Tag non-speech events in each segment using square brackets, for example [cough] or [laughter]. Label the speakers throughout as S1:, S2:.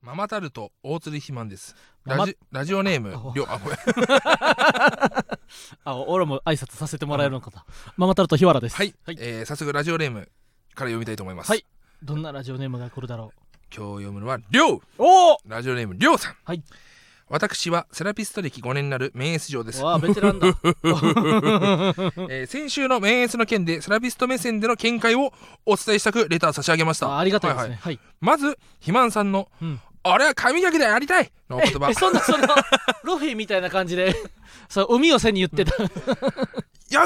S1: ママタルト大鶴ひまんです
S2: マ
S1: ラ
S2: マ
S1: ジラジオネーム
S2: お
S1: りょうあ
S2: [laughs]
S1: ごめん
S2: あ、俺も挨拶させてもらえるのかな。ママタルト日原です。
S1: はい、えー早速ラジオネームから読みたいと思います、
S2: はいどんなラジオネームが来るだろ
S1: 今日読むのはりょう
S2: う。おお。
S1: ラジオネームりょうさん
S2: はい
S1: 私はセラピスト歴5年になる免疫嬢です、
S2: わあ、ベテラン
S1: [laughs]
S2: だ。
S1: えー先週の免疫の件でセラピスト目線での見解をお伝えしたくレター差し上げました
S2: あありがたいです
S1: は
S2: ね。
S1: は
S2: はい。
S1: まず肥満さんの
S2: うん
S1: 「俺は髪の毛でやりたい!」のお言葉
S2: [laughs] え、そんなそんなロフィーみたいな感じで、 [laughs] そう海を背に言ってた。
S1: よ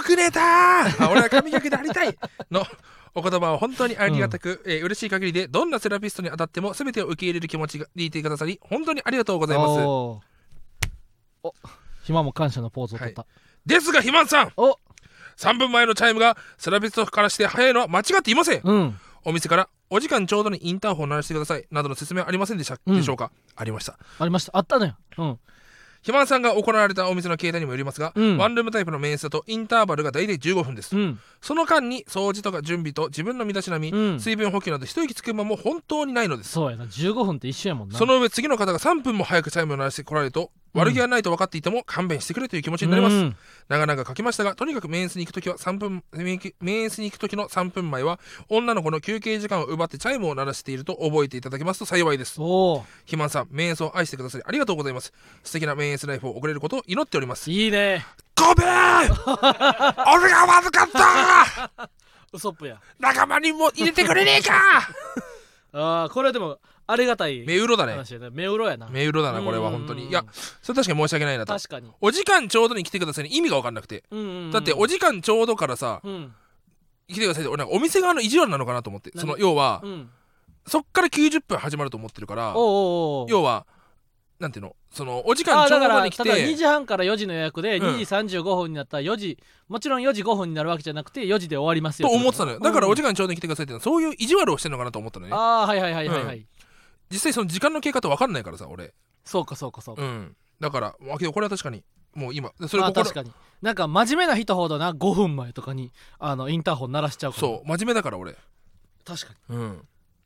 S1: く寝たーあ俺は髪の毛でありたいのお言葉を本当にありがたく、えー嬉しい限りでどんなセラピストに当たっても全てを受け入れる気持ちがいてくださり本当にありがとうございます
S2: おーお暇も感謝のポーズを取った。
S1: ですが肥満さん
S2: お、
S1: 3分前のチャイムがセラピストからして早いのは間違っていません
S2: うん。
S1: お店からお時間ちょうどにインターホンを鳴らしてくださいなどの説明はありませんでした、
S2: うん
S1: でしょうかありました
S2: ありました。あったね。うん。
S1: 肥満さんが行われたお店の形態にもよりますが、
S2: うん
S1: ワンルームタイプの面接だとインターバルが大体15分です
S2: うん。
S1: その間に掃除とか準備と自分の身だしなみ、
S2: うん
S1: 水分補給など一息つく間も本当にないのです
S2: そうやな。15分って一緒やもんな。
S1: その上次の方が3分も早くチャイムを鳴らしてこられると、
S2: うん
S1: 悪気はないと分かっていても勘弁してくれという気持ちになります、長々書きましたがとにかくメンスに行く時は3分メンスに行く時の3分前は女の子の休憩時間を奪ってチャイムを鳴らしていると覚えていただけますと幸いです
S2: うん。お
S1: 肥満さんメンスを愛してくださりありがとうございます素敵なメンスライフを送れることを祈っております
S2: [laughs] ーいいね。
S1: [laughs] ごめん俺が悪かった
S2: ウソップや。
S1: 仲間にも入れてくれねえか
S2: ああ、これでも、ありがたい
S1: 目うろだね
S2: 話やな。目うろやな。
S1: 目うろだなこれは本当
S2: う
S1: に
S2: ん
S1: いやそれ確かに申し訳ないなと
S2: 確かに。
S1: お時間ちょうどに来てくださいね意味が分かんなくて
S2: うんうんうん
S1: だってお時間ちょうどからさ
S2: うん。
S1: 来てくださいって俺なんかお店側の意地悪なのかなと思って
S2: 何
S1: その要は
S2: うん。
S1: そっから90分始まると思ってるから
S2: おうおうおう
S1: 要はなんていうのそのお時
S2: あ
S1: 間
S2: あ
S1: ちょ
S2: だ
S1: う
S2: から
S1: ど
S2: 例え
S1: に来
S2: ば2
S1: て
S2: 時半から4時の予約で
S1: うん
S2: 2時35分になったら4時、もちろん4時5分になるわけじゃなくて4時で終わりますよ
S1: と思ってたのよだからお時
S2: 間、
S1: 間ちょうどに来てくださいっていうのはそういう意地悪をしてるのかなと思ったの
S2: う
S1: ね
S2: んああはいはいはいはいはい、
S1: 実際その時間の経過って分かんないからさ俺
S2: そうかそうかそうか、
S1: うんだからあけどこれは確かにもう今それ
S2: まあ
S1: 心
S2: 確かになんか真面目な人ほどな5分前とかにあのインターホン鳴らしちゃうから
S1: そう真面目だから俺
S2: 確かに
S1: うん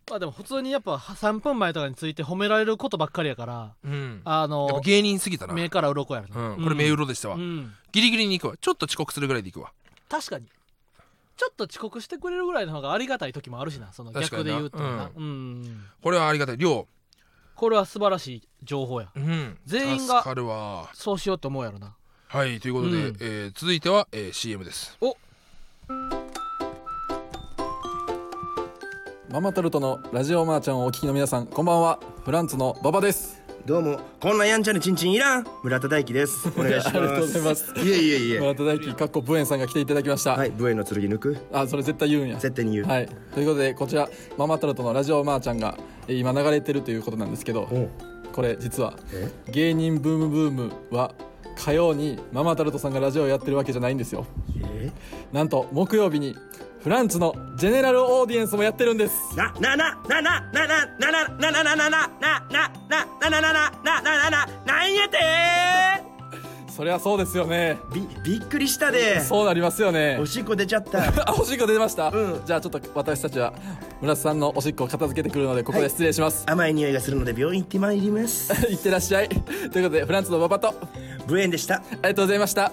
S2: まあでも普通にやっぱ3分前とかについて褒められることばっかりやから
S1: うん
S2: あ
S1: やっぱ
S2: の
S1: 芸人すぎたな
S2: 目から鱗やるな、
S1: うんこれ目う
S2: ろ
S1: ろでしたわ
S2: うん、
S1: ギリギリに行くわちょっと遅刻するぐらいで行くわ
S2: 確かにちょっと遅刻してくれるぐらいの方がありがたい時もあるしなその逆で言うとな
S1: 確か
S2: うん
S1: これはありがたい量
S2: これは素晴らしい情報や
S1: うん
S2: 全員が
S1: 助かるわ
S2: そうしようと思うやろな
S1: はいということで、
S2: うん
S1: えー続いては、えー CM です
S3: ママタルトのラジオマーちゃんをお聞きの皆さんこんばんはフランツの馬場です
S4: どうもこんなやんちゃなチンチンいらん村田大樹ですお願いします
S3: ありがとうございます
S4: いえいえいえ
S3: 村田大輝かっこブエンさんが来ていただきました、
S4: はい武衛の剣抜く
S3: あそれ絶対言うんや
S4: 絶対に言う
S3: はいということでこちらママタルトのラジオマーちゃんがえー今流れてるということなんですけど
S4: おう
S3: これ実は
S4: え
S3: 芸人ブームブームは火曜にママタルトさんがラジオをやってるわけじゃないんですよ
S4: え
S3: なんと木曜日にフランツのジェネラルオーディエンスもやってるんです
S4: ななななななななななななななななななななななななななんやて
S3: そりゃそうですよね
S4: びびっくりしたで
S3: そうなりますよね
S4: おしっこ出ちゃった
S3: あおしっこ出てました、
S4: うん
S3: じゃあちょっと私たちは村瀬さんのおしっこを片付けてくるのでここで失礼します、 [laughs]
S4: 甘い匂いがするので病院行ってまいります
S3: い、ってらっしゃいということでフランスの馬場とあ
S4: 武衛でした
S3: りがとうございました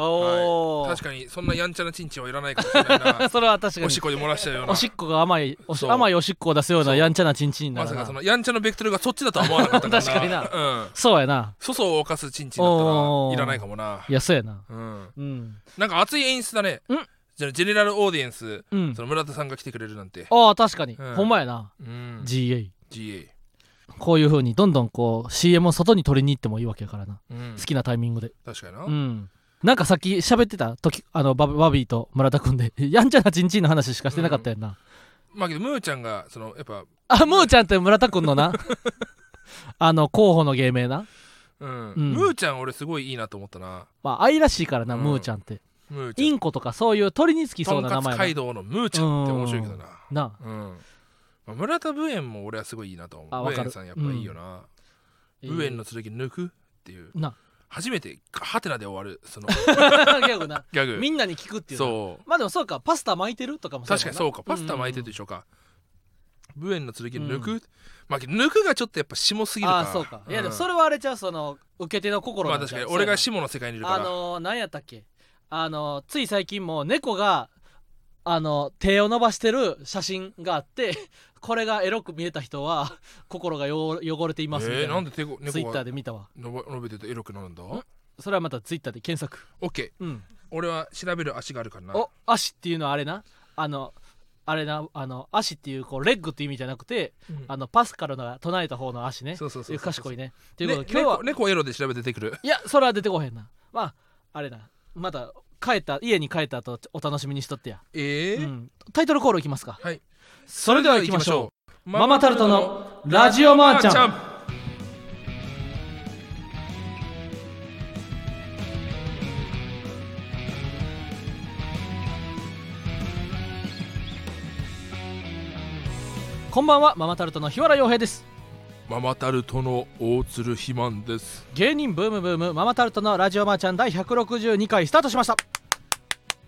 S2: おお、
S1: はい確かにそんなやんちゃなチンチンはいらないかもしれないな
S2: [laughs] それは確かに
S1: おしっこで漏らしたような
S2: おしっこが甘いおし
S1: そう
S2: 甘いおしっこを出すようなやんちゃなチンチンにな
S1: ま
S2: る
S1: さ
S2: な
S1: かそのやんちゃのベクトルがそっちだとは思わなかったから
S2: 確かに
S1: うん
S2: そうやな
S1: 粗相を犯すチンチンだった
S2: お
S1: ら
S2: ー
S1: いらないかもない
S2: やそうやな
S1: うん
S2: うん
S1: なんか熱い演出だね
S2: うん
S1: じゃあジェネラルオーディエンス、
S2: うん
S1: その村田さんが来てくれるなんて
S2: ああ確かに、
S1: うん
S2: ほんまやな、
S1: うん
S2: GA
S1: GA
S2: こういう風にどんどんこう CM を外に取りに行ってもいいわけやからな、
S1: うん
S2: 好きなタイミングで
S1: 確かにな、
S2: うんなんかさっき喋ってた時あのババビーと村田君で [laughs] やんちゃなチンチンの話しかしてなかったやんな、
S1: まあけどムーちゃんがそのやっぱ
S2: あムーちゃんって村田君のなあの候補の芸名な
S1: うん、
S2: うん
S1: ムーちゃん俺すごいいいなと思ったな
S2: まあ愛らしいからな、
S1: うん
S2: ムーちゃんって
S1: ムーちゃん
S2: インコとかそういう鳥につきそ
S1: と
S2: うんな
S1: か
S2: 名
S1: つ
S2: 前
S1: 街
S2: な
S1: 道のムーちゃんって面白いけどな
S2: なあ
S1: うん、まあ村田武園も俺はすごいいいなと
S2: あ
S1: 思う
S2: わ
S1: 武
S2: かる
S1: 園さんやっぱいいよな、武園の剣抜くっていう
S2: な [laughs]
S1: 初めてハテナで終わるその
S2: ギャグな
S1: ギャグ
S2: みんなに聞くっていうな
S1: そ
S2: まあでもそうかパスタ巻いてるとかも
S1: う確かにそううかパスタ巻いてるでしょうか、ブエンの剣抜く、まあ抜くがちょっとやっぱ下すぎるか
S2: ああそうかいやでも
S1: うん
S2: それはあれちゃうその受け手の心
S1: ま
S2: な
S1: あ
S2: ん
S1: 確
S2: ち
S1: か
S2: ゃ
S1: に
S2: う
S1: 俺が
S2: そう
S1: 下の世界にいる
S2: や
S1: か
S2: な
S1: ら
S2: あのー何やったっけあのーつい最近も猫があの手を伸ばしてる写真があって [laughs] これがエロく見えた人は [laughs] 心がよ汚れていますみた
S1: え
S2: い
S1: ー、
S2: な,、
S1: なんで手こ
S2: ツイ
S1: 猫
S2: ッタ
S1: が
S2: ーで見たわ
S1: のぼ伸びててエロくなるんだ
S2: それはまたツイッターで検索
S1: ?OK
S2: うん
S1: 俺は調べる足があるからな
S2: お足っていうのはあれなあのあれなあの足っていうこうレッグっていう意味じゃなくて、
S1: うん
S2: あのパスカルが唱えた方の足ね
S1: そうそうそうそう
S2: 賢いねということで
S1: ね
S2: 今日は
S1: 猫猫エロで調べて出てくる
S2: いやそれは出てこへんなまああれなまた帰った家に帰った後お楽しみにしとってや、
S1: ええ
S2: う
S1: ー
S2: ん、タイトルコールいきますか
S1: はい
S2: それでは行きましょうママタルト
S1: マ
S2: のラジオマーちゃんこんばんはママタルトの日原洋平です
S1: ママタルトの大鶴肥満です
S2: 芸人ブームブームママタルトのラジオマーちゃん第162回スタートしました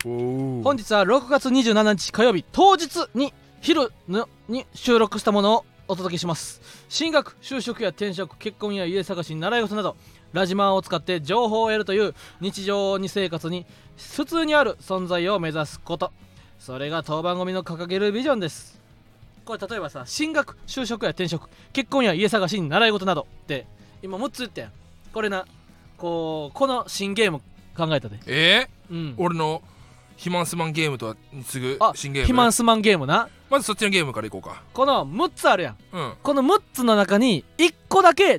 S1: おお
S2: 本日は6月27日火曜日当日に昼のに収録したものをお届けします進学就職や転職結婚や家探し習い事などラジマンを使って情報を得るという日常に生活に普通にある存在を目指すことそれが当番組の掲げるビジョンですこれ例えばさ進学就職や転職結婚や家探しに習い事などって今6つ言ったやんこれなこうこの新ゲーム考えたで
S1: え
S2: うん
S1: ー、俺の肥満スマンゲームとは次ぐ
S2: あ
S1: 新ゲーム
S2: ヒマンスマンゲームな
S1: まずそっちのゲームからいこうか
S2: この6つあるやん
S1: うん
S2: この6つの中に1個だけ違う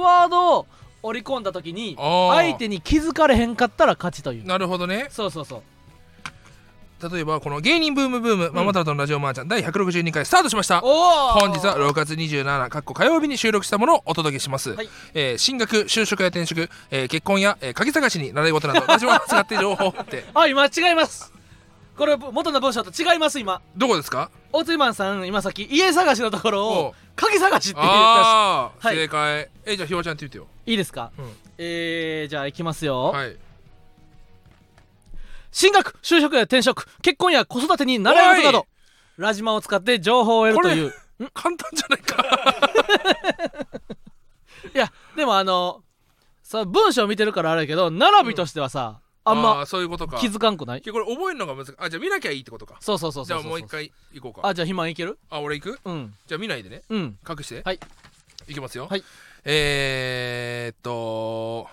S2: ワードを織り込んだ時に
S1: あー
S2: 相手に気づかれへんかったら勝ちという
S1: なるほどね
S2: そうそうそう
S1: 例えばこの芸人ブームブーム、ママタルトのラジオマーちゃん第162回スタートしました
S2: おお
S1: 本日は6月27かっこ火曜日に収録したものをお届けします、
S2: はい
S1: えー進学就職や転職、えー結婚や、えー、鍵探しに習い事などラジオを使って情報
S2: [laughs]
S1: って
S2: あ今違いますこれ元の文章と違います今
S1: どこですか
S2: 大津マンさん今さっき家探しのところ
S1: お
S2: を
S1: う
S2: 鍵探しって言ったし
S1: ああ、
S2: はい
S1: 正解えーじゃあひわちゃんって言ってよ
S2: いいですか、
S1: うん
S2: えー、じゃあいきますよ、
S1: はい
S2: 進学就職や転職結婚や子育てに習い事などラジマを使って情報を得るという
S1: 簡単じゃないか
S2: いやでもあのさ文章見てるからあれやけど並びとしてはさ、
S1: [laughs]
S2: あんま
S1: ーそういうことか
S2: 気づかんくない
S1: いやこれ覚えるのが難しいあじゃあ見なきゃいいってことか
S2: そうそうそうそうそう
S1: じゃあもう一回行こうかあ
S2: あじゃあひまんいける
S1: 俺行く
S2: うん
S1: じゃあ見ないでね
S2: うん
S1: 隠して
S2: はい
S1: いきますよ
S2: はい
S1: えー、っと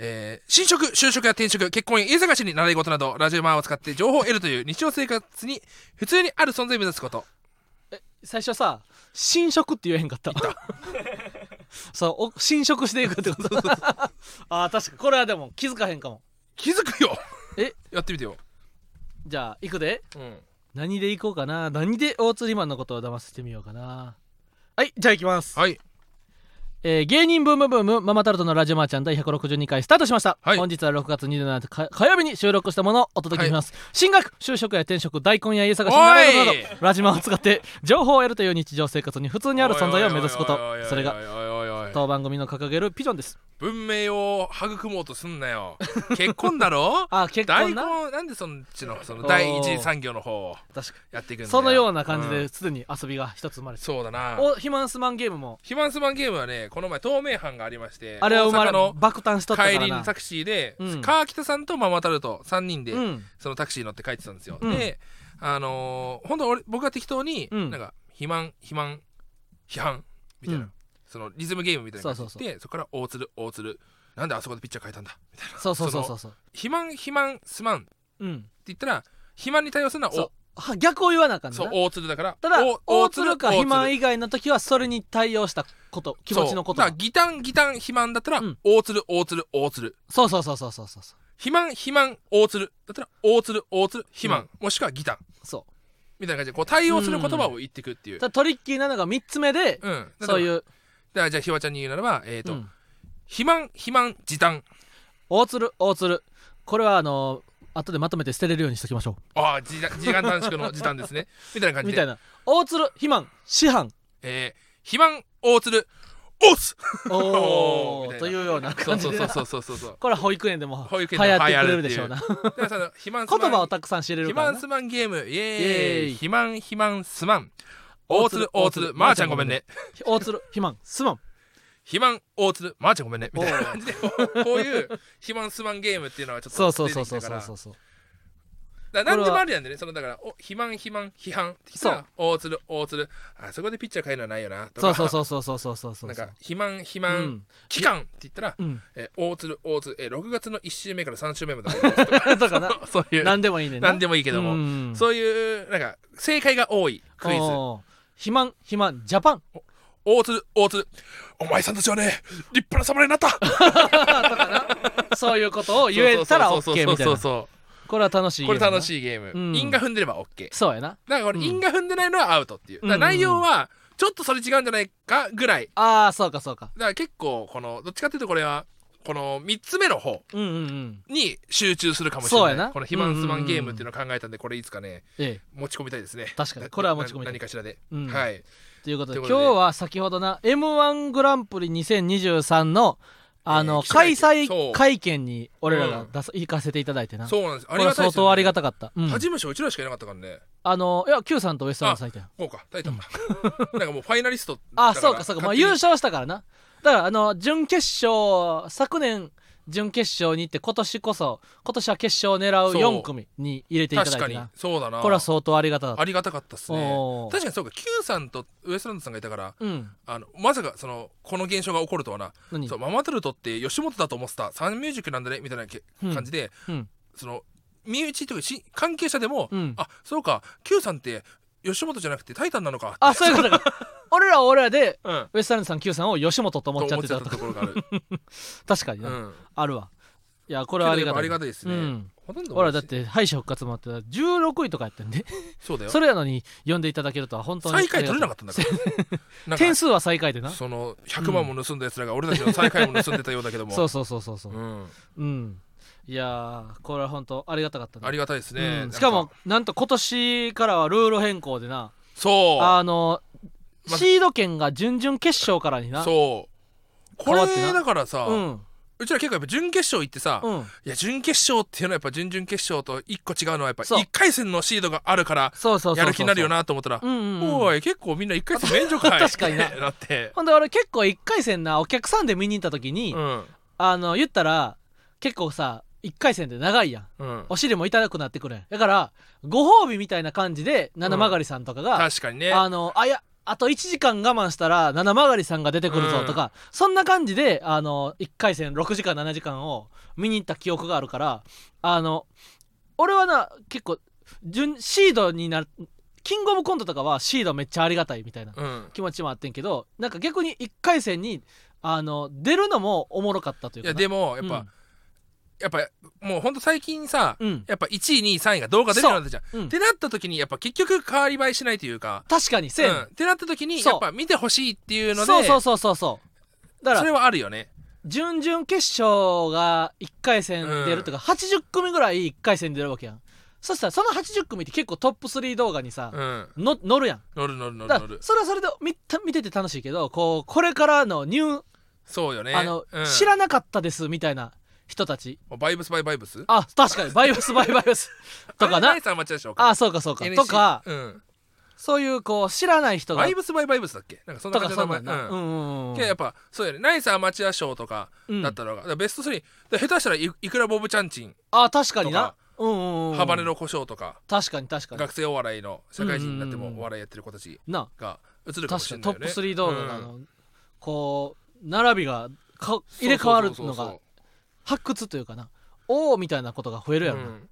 S1: えー、新職就職や転職結婚や家探しに習い事などラジオマンを使って情報を得るという日常生活に普通にある存在を目指すこと
S2: 最初さ侵食って言えへんかった [laughs] そうお侵食していくってこと [laughs] あー確かこれはでも気づかへんかも
S1: 気づくよ
S2: え
S1: やってみてよ、
S2: じゃあいくで
S1: うん、
S2: 何でいこうかな何で大釣りマンのことを騙してみようかなはいじゃあいきます、
S1: はい
S2: えー芸人ブームブームママタルトのラジオマーちゃん第162回スタートしました、
S1: はい
S2: 本日は6月27日か火曜日に収録したものをお届けします、進学就職や転職大根や家探し習い事な
S1: おい
S2: どラジマを使って情報を得るという日常生活に普通にある存在を目指すこと
S1: おいおいおいおいおいおいおい
S2: それが
S1: おいおいおい
S2: 当番組の掲げるピジョンです
S1: 文明を育もうとすんなよ結婚だろ
S2: あ結
S1: 大
S2: 婚
S1: 根
S2: な
S1: なんでそっちのその第一次産業の方を
S2: 確か
S1: やっていくんだよ
S2: そのような感じ
S1: う
S2: で
S1: ん
S2: すでに遊びが一つ生まれて
S1: そうだな
S2: おヒマンスマンゲームも
S1: ヒマンスマンゲームはねこの前透明版がありまして
S2: あれは生まれ
S1: 大阪
S2: 爆誕しと
S1: の
S2: ったか
S1: 帰
S2: ら
S1: りの
S2: な
S1: タクシーで、
S2: うん
S1: 川北さんとママタルト3人で、
S2: うん
S1: そのタクシー乗って帰ってたんですよ、
S2: うん
S1: であのー、本当俺僕が適当に、
S2: うん
S1: なんか肥満肥満批判みたいな、
S2: うん
S1: そのリズムゲームみたいなの
S2: そう
S1: がそ
S2: そ
S1: う
S2: そ
S1: でそこから大鶴大鶴なんであそこでピッチャー変えたんだみたいな
S2: そうそうそうそうそう
S1: 肥満肥満すまんって
S2: うん
S1: 言ったら肥満に対応するのは
S2: そう
S1: お
S2: は逆を言わなあかんねん
S1: そ
S2: な
S1: う大鶴だから
S2: ただ
S1: お
S2: 大鶴か
S1: 大
S2: 肥満以外の時はそれに対応したこと気持ちのこと
S1: そうだからギタンギタン肥満だったら、
S2: うん
S1: 大鶴大鶴大鶴
S2: そうそうそうそうそうそうそう
S1: 肥満肥満大鶴だったら大鶴大鶴肥満、もしくはギタン
S2: そ
S1: みたいな感じでこう対応する言葉を言っていくっていうう
S2: た、だトリッキーなのが3つ目で、
S1: うん
S2: そういう
S1: だか
S2: う、
S1: らじゃあひわちゃんに言うならばえっ、と、
S2: うん
S1: 肥満肥満時短
S2: 大鶴大鶴これはあのー後でまとめて捨てれるようにしときましょ
S1: ああ時時間短縮の時短です
S2: [laughs]
S1: ねみたいな感
S2: う
S1: じで
S2: みたいな大鶴肥満師範
S1: えー、肥満大鶴オス
S2: お
S1: [laughs] おーみた
S2: お
S1: いな
S2: というような
S1: そ
S2: 感
S1: う
S2: じ
S1: そう
S2: で
S1: そうそうそうそう
S2: これは保育園でも
S1: 保
S2: 流行って
S1: 育
S2: く
S1: 園でも
S2: れるでしょう [laughs] な
S1: だからその肥満すまん
S2: 言葉をたくさん知れる
S1: 肥
S2: から
S1: 満
S2: な
S1: すまんゲームイエーイ
S2: イエーイ
S1: 肥満肥満すまん大鶴大鶴まー、ちゃんごめんね
S2: 大鶴肥満すまん
S1: 肥満大鶴まー、ちゃんごめんねみたいな感じでこうこういう肥満すまんゲームっていうのはちょっ
S2: そう
S1: と
S2: そ
S1: 出
S2: うそ
S1: て
S2: う
S1: き
S2: そう
S1: たか
S2: そ
S1: ら
S2: うそうそう
S1: だから何でもありなんでねそのだからお肥満肥満批判ってきたら大鶴大鶴あそこでピッチャー変えるのはないよなと
S2: そ
S1: か
S2: うそうそうそうそうそうそうそう
S1: なんか肥満肥満、
S2: うん
S1: 期間って言ったら、
S2: うん
S1: えー大鶴大鶴、えー6月の1週目から3週目ま
S2: [laughs]
S1: でだとか
S2: だから
S1: [laughs] そういう
S2: 何でもいいねんな
S1: 何でもいいけども
S2: うん
S1: そういうなんか正解が多いクイズ
S2: おー肥満肥満ジ
S1: [laughs]
S2: ャパン
S1: 大鶴大鶴お前さんたちはね立派な侍になった
S2: そういうことを言えたら OK みたい
S1: そうそうそうそう
S2: な
S1: そ
S2: これは楽し
S1: う
S2: い
S1: これ楽
S2: い
S1: しいゲーム、
S2: うん
S1: 因が踏んでれば OK
S2: そうやな
S1: だからこれ、
S2: うん
S1: 因が踏んでないのはアウトっていうだから内容はちょっとそれ違うんじゃないかぐらい
S2: ああそうかそうか
S1: だから結構このどっちかっていうとこれはこの3つ目の方
S2: うんうんうん
S1: に集中するかもしれ
S2: そう
S1: な
S2: や
S1: い
S2: な
S1: この肥満すまんゲームっていうのを考えたんでこれいつかね
S2: ええ
S1: 持ち込みたいですね
S2: 確かに
S1: な
S2: これは持ち込みた
S1: な
S2: い
S1: 何かしらで、
S2: うん
S1: はい
S2: ということ
S1: とい
S2: で
S1: うことで
S2: 今日は先ほどな m 1グランプリ2023のあの、
S1: えー記
S2: 開
S1: 者会見そ
S2: 催
S1: う
S2: 会見に俺らが
S1: うん
S2: 出す、行かせていただいてな
S1: そうなんですあ
S2: こ
S1: り
S2: れ
S1: が
S2: は
S1: たい
S2: 相
S1: です
S2: 当
S1: よ
S2: あり
S1: ね
S2: がたかった、うん
S1: 他事務所うちらしかいなかったからね
S2: あのいや Q さんとウエストランドさんいたよ
S1: こうか大胆だ [laughs] なんかもうファイナリスト
S2: あ
S1: だら
S2: そうかそうか、まあ、
S1: 勝手に
S2: 優勝したからなだからあの準決勝昨年準決勝に行って今年こそ今年は決勝を狙う
S1: そう
S2: 4組に入れていただ
S1: 確か
S2: いて
S1: に
S2: な
S1: そうだな
S2: これは相当ありがたかっ
S1: ありがたかったっす
S2: お
S1: ね
S2: ー
S1: 確かにそうか Q さんとウエストランドさんがいたから
S2: たうん
S1: あのまさかそのこの現象が起こるとはな
S2: 何
S1: そうママタルトって吉本だと思ってたサンミュージックなんだねみたいなけ
S2: うん
S1: 感じで、
S2: うん
S1: その身内というかし関係者でも、
S2: うん
S1: あそうか Q さんって吉本じゃなくてタイタンなのか
S2: あそうい
S1: [laughs]
S2: うことか俺らは俺らで
S1: うん
S2: ウエストランドさん Q さんを吉本と
S1: と
S2: 思っちゃ
S1: 思
S2: っ
S1: ってちゃ
S2: た
S1: った
S2: とか
S1: ところがある、
S2: 確かに
S1: う
S2: な、
S1: ん、
S2: あるわいやこ
S1: こ
S2: れはありがた
S1: あ
S2: い
S1: りがたいですね、
S2: うん
S1: ほとんど
S2: 俺らだって敗者復活もあって16位とかやったんで
S1: そうだよ
S2: それやのに呼んでいただけるとは本当に
S1: 最下位取れなかったんだから [laughs] なんか
S2: 点数は最下位でなそ
S1: その100万も盗んだやつらが俺たちの最下位も盗んでたようだけども
S2: う [laughs] そうそうそうそう、
S1: うん、
S2: うんいやーこれは本当ありがたかったね
S1: ありがたいですね、
S2: う
S1: なん
S2: ん
S1: か
S2: しかもなんと今年からはルール変更でな
S1: そ
S2: あの
S1: ま
S2: シード権が準々決勝からに
S1: う
S2: な
S1: そうこ
S2: 変わってな
S1: れだからさ、
S2: う
S1: うんちら結構やっぱ準決勝行ってさ、
S2: うん
S1: いや準決勝っていうのはやっぱ準々決勝と一個違うのはやっぱ
S2: そう
S1: 1回戦のシードがあるから
S2: そうそうそうそう
S1: やる気になるよなと思ったら
S2: うんうんうん
S1: おい結構みんな1回戦免除かい
S2: 確か
S1: [laughs]
S2: にな
S1: なって
S2: ほんで俺結構1回戦なお客さんで見に行った時に、
S1: うん
S2: あの言ったら結構さ1回戦で長いやん
S1: うん
S2: お尻も痛くなってくるやんだからご褒美みたいな感じで七曲さんとかが、
S1: 確かにね
S2: あのあいやあと1時間我慢したら七曲さんが出てくるぞとか、そんな感じであの1回戦6時間7時間を見に行った記憶があるからあの俺はな結構順シードになるキングオブコントとかはシードめっちゃありがたいみたいな
S1: うん
S2: 気持ちもあってんけどなんか逆に1回戦にあの出るのもおもろかったとい
S1: い
S2: うか
S1: や
S2: な
S1: でもやっぱ、やっぱもうほんと最近さ、
S2: うん
S1: やっぱ1位2位3位が動画出るようになったじゃん、
S2: うんうん
S1: ってなった時にやっぱ結局変わり映えしないというか
S2: 確かにせやねん
S1: うんってなった時に
S2: そう
S1: やっぱ見てほしいっていうので
S2: そうそうそうそうそうだか
S1: そ
S2: ら
S1: れはあるよね
S2: 準々決勝が1回戦出るとか、80組ぐらい1回戦出るわけやんそしたらその80組って結構トップ3動画にさ
S1: う、ん
S2: の乗るやん
S1: 乗る乗る乗る
S2: だ
S1: 乗
S2: から
S1: る
S2: それはそれで見た見てて楽しいけどこうこれからのニュー、
S1: そうよね
S2: あの、
S1: うん
S2: 知らなかったですみたいな人たち
S1: バイブスバイバイブス
S2: あ確かにバ
S1: [laughs]
S2: イオスバイバイオスとか
S1: あれ
S2: な
S1: ナイスアマチュア賞か
S2: あそうかそうか
S1: NEC
S2: とか
S1: うん
S2: そういうこう知らない人が
S1: バイブスバイバイブスだっけなんかそん
S2: と
S1: な感
S2: か
S1: じの
S2: そうな
S1: 名前
S2: んだ、うん、うんうん
S1: けどやっぱそうよねナイスアマチュア賞とかだったのが、だからベスト3で下手したらいいくらボブチャンチン
S2: あ確かにな
S1: とか
S2: うんうんうん
S1: ハバネロ胡椒とか
S2: 確かに確かに
S1: 学生お笑いの社会人になって
S2: うん
S1: もお笑いやってる子たち
S2: な
S1: が映るかも
S2: 確
S1: し
S2: か
S1: れ
S2: に
S1: な
S2: ト
S1: いよ
S2: ップ
S1: ね
S2: 3動画があ
S1: うん
S2: の、こう並びがか入れ替わる
S1: そうそう
S2: の
S1: そう
S2: が
S1: そう
S2: 発掘というかなおおみたいなことが増えるやろ
S1: う
S2: な,、
S1: んだか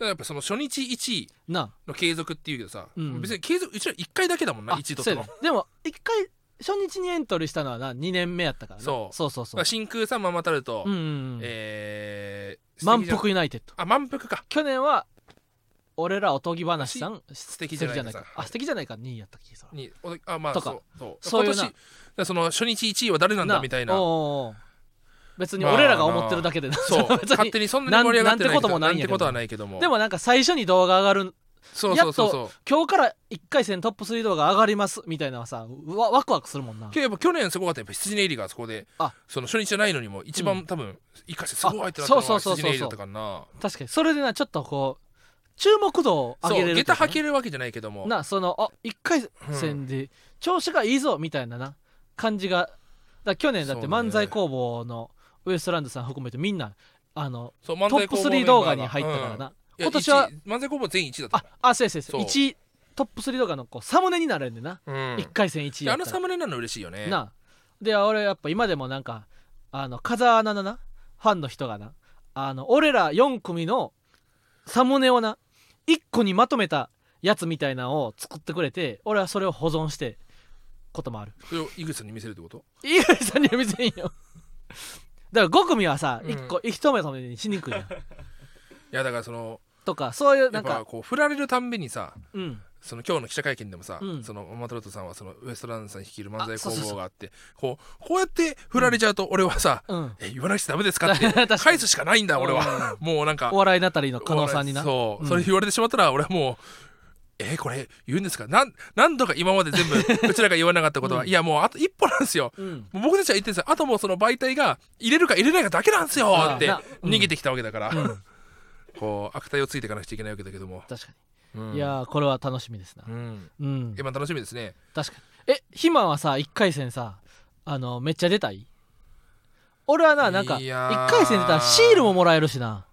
S1: らやっぱその初日1位
S2: な
S1: の継続っていうけどさ、
S2: うん
S1: 別に継続うちら1回だけだもんな
S2: あ
S1: 1位
S2: そう
S1: 取っ
S2: や
S1: た
S2: ね
S1: のだ
S2: でも一回初日にエントリーしたのはな2年目やったからな
S1: そう
S2: そうそうそ
S1: から
S2: う
S1: 真空さんママタルト、
S2: うんうんうん
S1: えー
S2: 満
S1: 素敵じゃん
S2: 腹ユナイテッド
S1: あ満腹か
S2: 去年は俺らおとぎ話さん素
S1: 敵じゃないか
S2: あ素敵じゃないか2位やったっけそれ
S1: におあまあ
S2: とか
S1: そうそう
S2: そういうな
S1: 今年だからその初日1位は誰なんだみたいな
S2: おうおうおう別に俺らが思ってるだけでな、
S1: そう
S2: [laughs] 別
S1: 勝
S2: に
S1: 手にそんなに盛り上がってないけど
S2: な
S1: なん
S2: なん
S1: ん
S2: て
S1: て
S2: こ
S1: ことと
S2: も
S1: は
S2: な
S1: ないけども
S2: でもなんか最初に動画上がる
S1: そうそうそう
S2: や
S1: そ
S2: っ今日から1回戦トップ3動画上がりますみたいなのはさうわワクワクするもんな
S1: うけどやっぱ去年すごかったやっぱ羊ネイリがそこで
S2: あ
S1: その初日じゃないのにも一
S2: う
S1: 番多分一か所すごい相手だった
S2: あそ
S1: の
S2: う
S1: が
S2: そうそうそう
S1: 羊ネイリだったからな
S2: 確かにそれでなちょっとこう注目度を上げ
S1: そ
S2: れる
S1: う
S2: と
S1: 下
S2: いうか
S1: 駄履
S2: ね
S1: けるわけじゃないけども
S2: なそのあ一回戦で調子がいいぞみたいなな感じがだ去年だって
S1: そうね
S2: 漫才工房のウエストランドさん含めてみんなあの
S1: そう
S2: ト
S1: 漫
S2: ッ
S1: 才
S2: プ
S1: 工房メ
S2: 3
S1: ンバー
S2: 動画に入ったからな、
S1: うんいや
S2: 今年は
S1: 一位漫才工房全員1位だった
S2: ああそうですそうです
S1: そ
S2: 1トップ3動画のこうサムネになれんでな、
S1: うん
S2: 一1回戦1位
S1: で
S2: や
S1: あ
S2: っ
S1: の
S2: たら
S1: サムネなの嬉しいよね
S2: なで俺やっぱ今でもなんかあの風穴のなファンの人がなあの俺ら4組のサムネをな1個にまとめたやつみたいなのを作ってくれて俺はそれを保存してこともある [laughs]
S1: それを井口さんに見せるってこと
S2: 井上さんには見せんよ [laughs] だから5組はさ
S1: うん
S2: 1個一とめとめにしにくいやん
S1: いやだからその
S2: とかそういう
S1: や
S2: な
S1: っ
S2: ん
S1: ぱ
S2: か
S1: こう振られるたんびにさ
S2: うん
S1: その今日の記者会見でもさ、
S2: うん
S1: そのマトロトさんはそのウエストランドさん率いる漫才
S2: あそうそう
S1: 工
S2: そ
S1: 房
S2: う
S1: があってこうこうやって振られちゃうと俺はさ、
S2: うん
S1: え言わなくちゃダメですかっ
S2: [laughs] 確か
S1: て
S2: に
S1: 返すしかないんだ俺は、もうなんか
S2: お笑いなたりの加納さんにな
S1: そう、
S2: うん
S1: それ言われてしまったら俺はもうえーこれ言うんですかなん何度か今まで
S2: [laughs]
S1: 全部うちらが言わなかったことは、いやもうあと一歩なんですよ
S2: うん
S1: もう僕たちは言ってるんですよあともうその媒体が入れるか入れないかだけなんですよ
S2: ああ
S1: って
S2: なうん
S1: 逃げてきたわけだから、
S2: うん
S1: こう悪態をついていかなくちゃいけないわけだけども、
S2: 確か
S1: うん
S2: にいやーこれは楽しみですな
S1: うん
S2: うん
S1: 今楽しみですね
S2: 確かにえひまはさ1回戦さあのめっちゃ出たい俺はななんか
S1: いやー
S2: 1回戦出たらシールももらえるしな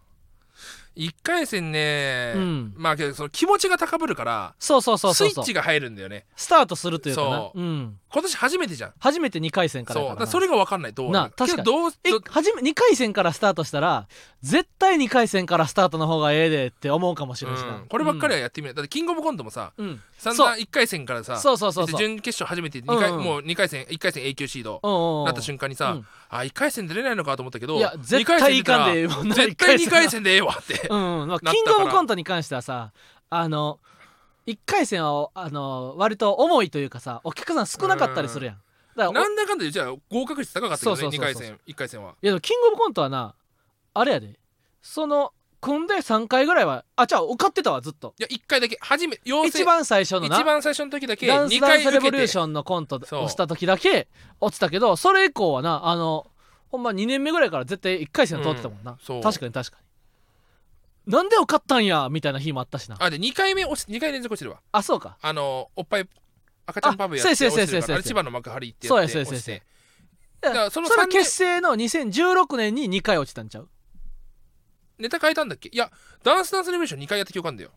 S1: 1回戦ね、
S2: うん
S1: まあけどその気持ちが高ぶるから
S2: そうそうそうそう
S1: スイ
S2: そ
S1: ッ
S2: う
S1: チが入るんだよね
S2: スタートするというかな、
S1: そう
S2: ん、
S1: 今年初めてじゃん
S2: 初めて2回戦から
S1: そうだ
S2: やか
S1: かららそれが分かんないどうる
S2: な確かに
S1: けどどう
S2: え
S1: ど
S2: 初め2回戦からスタートしたら絶対2回戦からスタートの方がええでって思うかもしれんしな、
S1: うんこればっかりはやってみない、だってキングオブコントもさ
S2: うん、うん、
S1: 散々1回戦からさ
S2: そうそうそうそう
S1: で準決勝初めて二回、
S2: うんうん
S1: もう2回戦1回戦永久シード
S2: おうおうおう
S1: なった瞬間にさ、
S2: うん
S1: あ1回戦出れないのかと思ったけど
S2: いや絶
S1: 二回戦
S2: 対
S1: 出
S2: い
S1: た
S2: からんでええもんな
S1: 絶
S2: [laughs]
S1: 対2回
S2: 戦
S1: 戦でええわって
S2: うんうんま
S1: な
S2: あ、
S1: ったから
S2: キングオブコントに関してはさあの1回戦はあの割と重いというかさお客さん少なかったりするやんだ [laughs] からお
S1: なんだかんだでうちは合格率高かったけどね
S2: そうそうそうそう
S1: 2回戦1回戦はい
S2: やでもキングオブコントはなあれやでその組んで3回ぐらいはあじゃあ受かってたわずっと
S1: いや1回だけ初め養成
S2: 一番最初のな
S1: 一番最初の時だけ
S2: ダンス
S1: 2
S2: ダン
S1: 回
S2: ス
S1: 受
S2: レボ
S1: け
S2: リュー
S1: て
S2: ションのコント
S1: そう
S2: をした時だけ落ちたけどそれ以降はなあのほんま2年目ぐらいから絶対1回戦は通ってたもんな、
S1: うんそう
S2: 確かに確かになんで受かったんやみたいな日もあったしなあ
S1: あで2回目落ち2回連続落ちるわ
S2: そうか
S1: あのおっぱい赤ちゃんパブやって
S2: あ
S1: 落
S2: そうやそうや
S1: ちてるか
S2: そ
S1: ら
S2: うやそうや
S1: あれ千葉の幕張ってやって
S2: そうやそう
S1: 落
S2: や
S1: ち
S2: そうや
S1: て
S2: だ
S1: からその
S2: れは
S1: 三年
S2: 結成の2016年に2回落ちたんちゃう
S1: ネタ変えたんだっけいやダンスダンスレボリューション2回やった記憶あるんだよ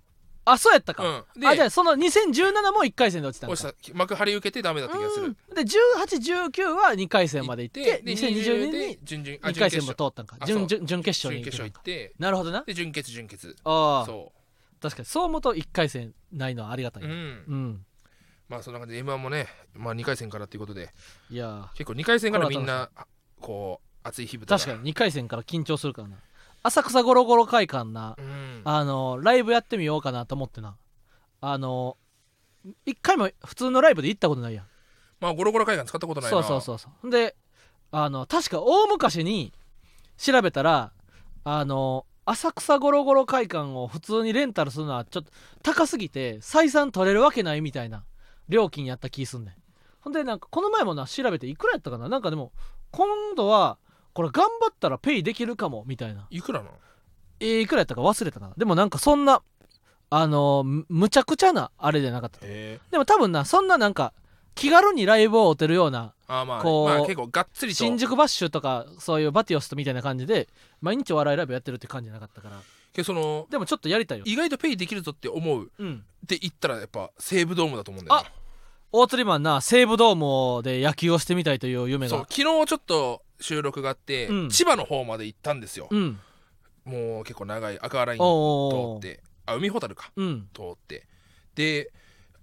S2: あそうやったか、
S1: うん
S2: あじゃ
S1: で
S2: あその2017も1回戦で落ちたん
S1: 落ち
S2: か
S1: た幕張受けてダメだった気がす
S2: うん
S1: る
S2: で1819は2回戦まで行って
S1: で
S2: 2020年に
S1: で準々あ
S2: 2回
S1: 準
S2: 戦も
S1: 決
S2: 通ったんか
S1: あそ
S2: 準
S1: う
S2: 準準決勝
S1: 勝準
S2: に行け
S1: 決
S2: た
S1: 勝
S2: ん
S1: 行
S2: か
S1: って
S2: なるほどな
S1: で準決準決
S2: ああ
S1: そ
S2: 確かにそう思うと1回戦ないのはありがた
S1: う
S2: い、
S1: う
S2: ね
S1: ん
S2: うん
S1: まあそんな感じで M1 もねまあ2回戦からっていうことで
S2: いや
S1: 結構2回戦からみん
S2: これは
S1: なあこう熱い火
S2: ー
S1: 蓋が
S2: 確かに2回戦から緊張するからな浅草ゴロゴロ会館な、
S1: うん
S2: あのライブやってみようかなと思ってなあの1回も普通のライブで行ったことないやん
S1: まあゴロゴロ海岸使ったことない
S2: そ
S1: な
S2: うそうそうそうであの確か大昔に調べたらあの浅草ゴロゴロ会館を普通にレンタルするのはちょっと高すぎて採算取れるわけないみたいな料金やった気すんねんほんでなんかこの前もな調べていくらやったかななんかでも今度はこれ頑張ったらペイできるかもみたいない
S1: くらなの
S2: えーいくらやったか忘れたかなでもなんかそんなあのむむちゃくちゃなあれじゃなかった
S1: へえ
S2: でも多分なそんななんか気軽にライブを打てるような
S1: あーまあ
S2: こう
S1: まあ結構がっつりと
S2: 新宿バッシュとかそういうバティオストみたいな感じで毎日お笑いライブやってるって感じじゃなかったから
S1: けどその
S2: でもちょっとやりたいよ、
S1: 意外とペイできるぞって思う
S2: うん、
S1: って言ったらやっぱ西武ドームだと思うんだよな
S2: 大釣りマンな西武ドームで野球をしてみたいという夢
S1: そう
S2: が
S1: 昨日ちょっと収録があって、
S2: うん
S1: 千葉の方まで行ったんですよ、
S2: うん
S1: もう結構長いアクアライン
S2: お
S1: 通
S2: お
S1: っ
S2: ー
S1: てあ海ほたるか
S2: うん
S1: 通ってで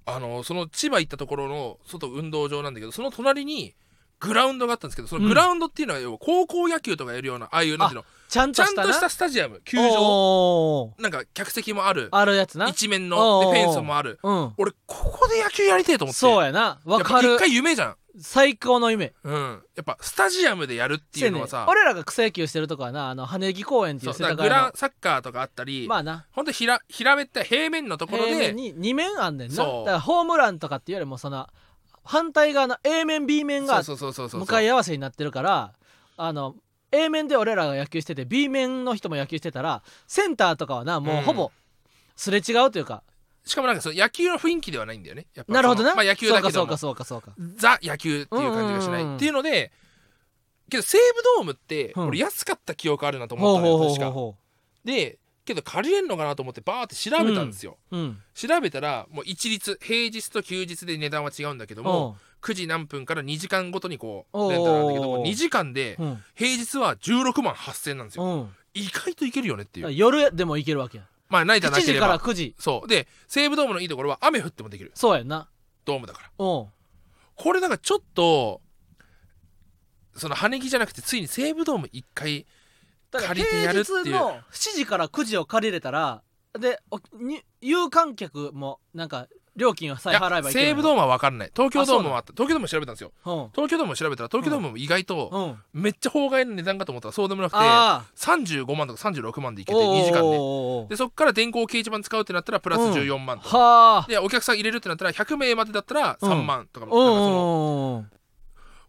S1: あのその千葉行ったところの外運動場なんだけどその隣にグラウンドがあったんですけどそのグラウンドっていうのは要は高校野球とかやるようなああいうなんていうの
S2: ちゃん
S1: ち
S2: と
S1: ゃ
S2: し
S1: ん
S2: た
S1: と
S2: な
S1: したスタジアム球場
S2: おー
S1: なんか客席もある
S2: あるやつな
S1: 一面ので
S2: おー
S1: フェンスもある
S2: うん
S1: 俺ここで野球やりてえと思って
S2: そうやなわか
S1: やっぱ
S2: る
S1: 一回夢じゃん
S2: 最高の夢
S1: うんやっぱスタジアムでやるっていうのは
S2: せや
S1: さ
S2: ねん俺らが草野球してるとこはなあの羽根木公園って
S1: そ
S2: い
S1: ううだ
S2: 世
S1: からグ
S2: 田谷
S1: ラ
S2: の
S1: サッカーとかあったり、
S2: まあな
S1: ほんとひら平べったい平面のところ
S2: 平
S1: で
S2: 面に2面あんねんなだ
S1: そう
S2: からホームランとかっていうよりもその反対側の A 面 B 面があ
S1: そ
S2: っ
S1: うそうそうそうそう
S2: 向かい合わせになってるからあの A 面で俺らが野球してて B 面の人も野球してたらセンターとかはなもうほぼ、すれ違うというか
S1: しかもなんかそう野球の雰囲気ではないんだよねやっぱ
S2: なるほど
S1: そ
S2: な、
S1: のまあ野球だけ
S2: そ
S1: ど
S2: うか
S1: も
S2: そうかそうかそうか
S1: ザ野球っていう感じがしない、
S2: うんうんうん
S1: っていうのでけど西武ドームって
S2: うん
S1: 俺安かった記憶あるなと思っ
S2: ほう
S1: たのよ、
S2: ほうほう
S1: 確
S2: ほう
S1: か
S2: ほ
S1: でけど借りれんのかなと思ってバーって調べたんですよ、
S2: ううん
S1: 調べたらもう一律平日と休日で値段は違うんだけど
S2: お
S1: も9時何分から2時間ごとにこう
S2: おう
S1: レンタルなんだけども2時間で
S2: ううん
S1: 平日は16万8000なんですよ
S2: うん
S1: 意外といけるよねってい
S2: だから
S1: う
S2: 夜でも行けるわけや
S1: まあない
S2: 7
S1: なけ
S2: 時
S1: れ
S2: から
S1: ば
S2: 9時
S1: そうで西武ドームのいいところは雨降ってもできる
S2: そうやんな
S1: ドームだから
S2: おう
S1: これなんかちょっとその羽根木じゃなくてついに西武ドーム1回
S2: だから
S1: 借りてやるっていう
S2: 平日の7時から9時を借りれたらでおに有観客もなんか料金はさ
S1: い
S2: え
S1: や
S2: 払えばいける
S1: 西武ドームは分かんない東京ドームはあった東京ドーム調べたんですよ
S2: ー
S1: 東京ドームを調べたら東京ドームも意外
S2: う
S1: と
S2: んうん
S1: めっちゃ法外な値段かと思ったらそうでもなくて
S2: ああ
S1: 35万とか36万で行けて
S2: おうおう
S1: 2時間で
S2: おうおう
S1: でそっから電光掲示板使うってなったらプラス
S2: うん
S1: 14万とか、
S2: はあ
S1: でお客さん入れるってなったら100名までだったら3万とか,、
S2: おう
S1: なん
S2: お
S1: かそうの
S2: おうおう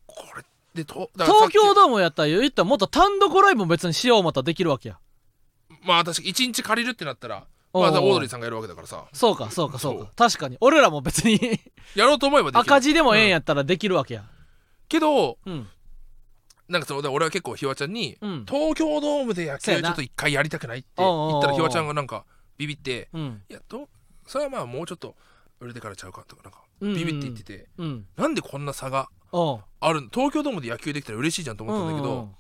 S1: これでとだからさっ
S2: 東
S1: き
S2: 京ドームやったら言ったらもっと単独ライブも別にしようまたらできるわけや
S1: まあ確か1日借りるってなったら
S2: おう
S1: ま
S2: おう
S1: あ、オードリーさんがやるわけだからさ
S2: そうかそうかそう
S1: そう
S2: か確かに俺らも別に
S1: やろうと思えばできる
S2: 赤字でもええんやったらできるわけや
S1: けど
S2: うん
S1: なんかそのだから俺は結構ひわちゃんに、
S2: うん
S1: 東京ドームで野
S2: そうや
S1: 球ち
S2: な
S1: ょっと一回やりたくないって
S2: おうおうおう
S1: 言ったらひわちゃんがなんかビビって
S2: うん
S1: いやとそれはまあもうちょっと売れてからちゃうかとかなんか
S2: うんうん
S1: ビビって言ってて、
S2: うん
S1: なんでこんな差が
S2: おう
S1: あるの東京ドームで野球できたら嬉しいじゃんと思ったんだけど、
S2: うんうんうん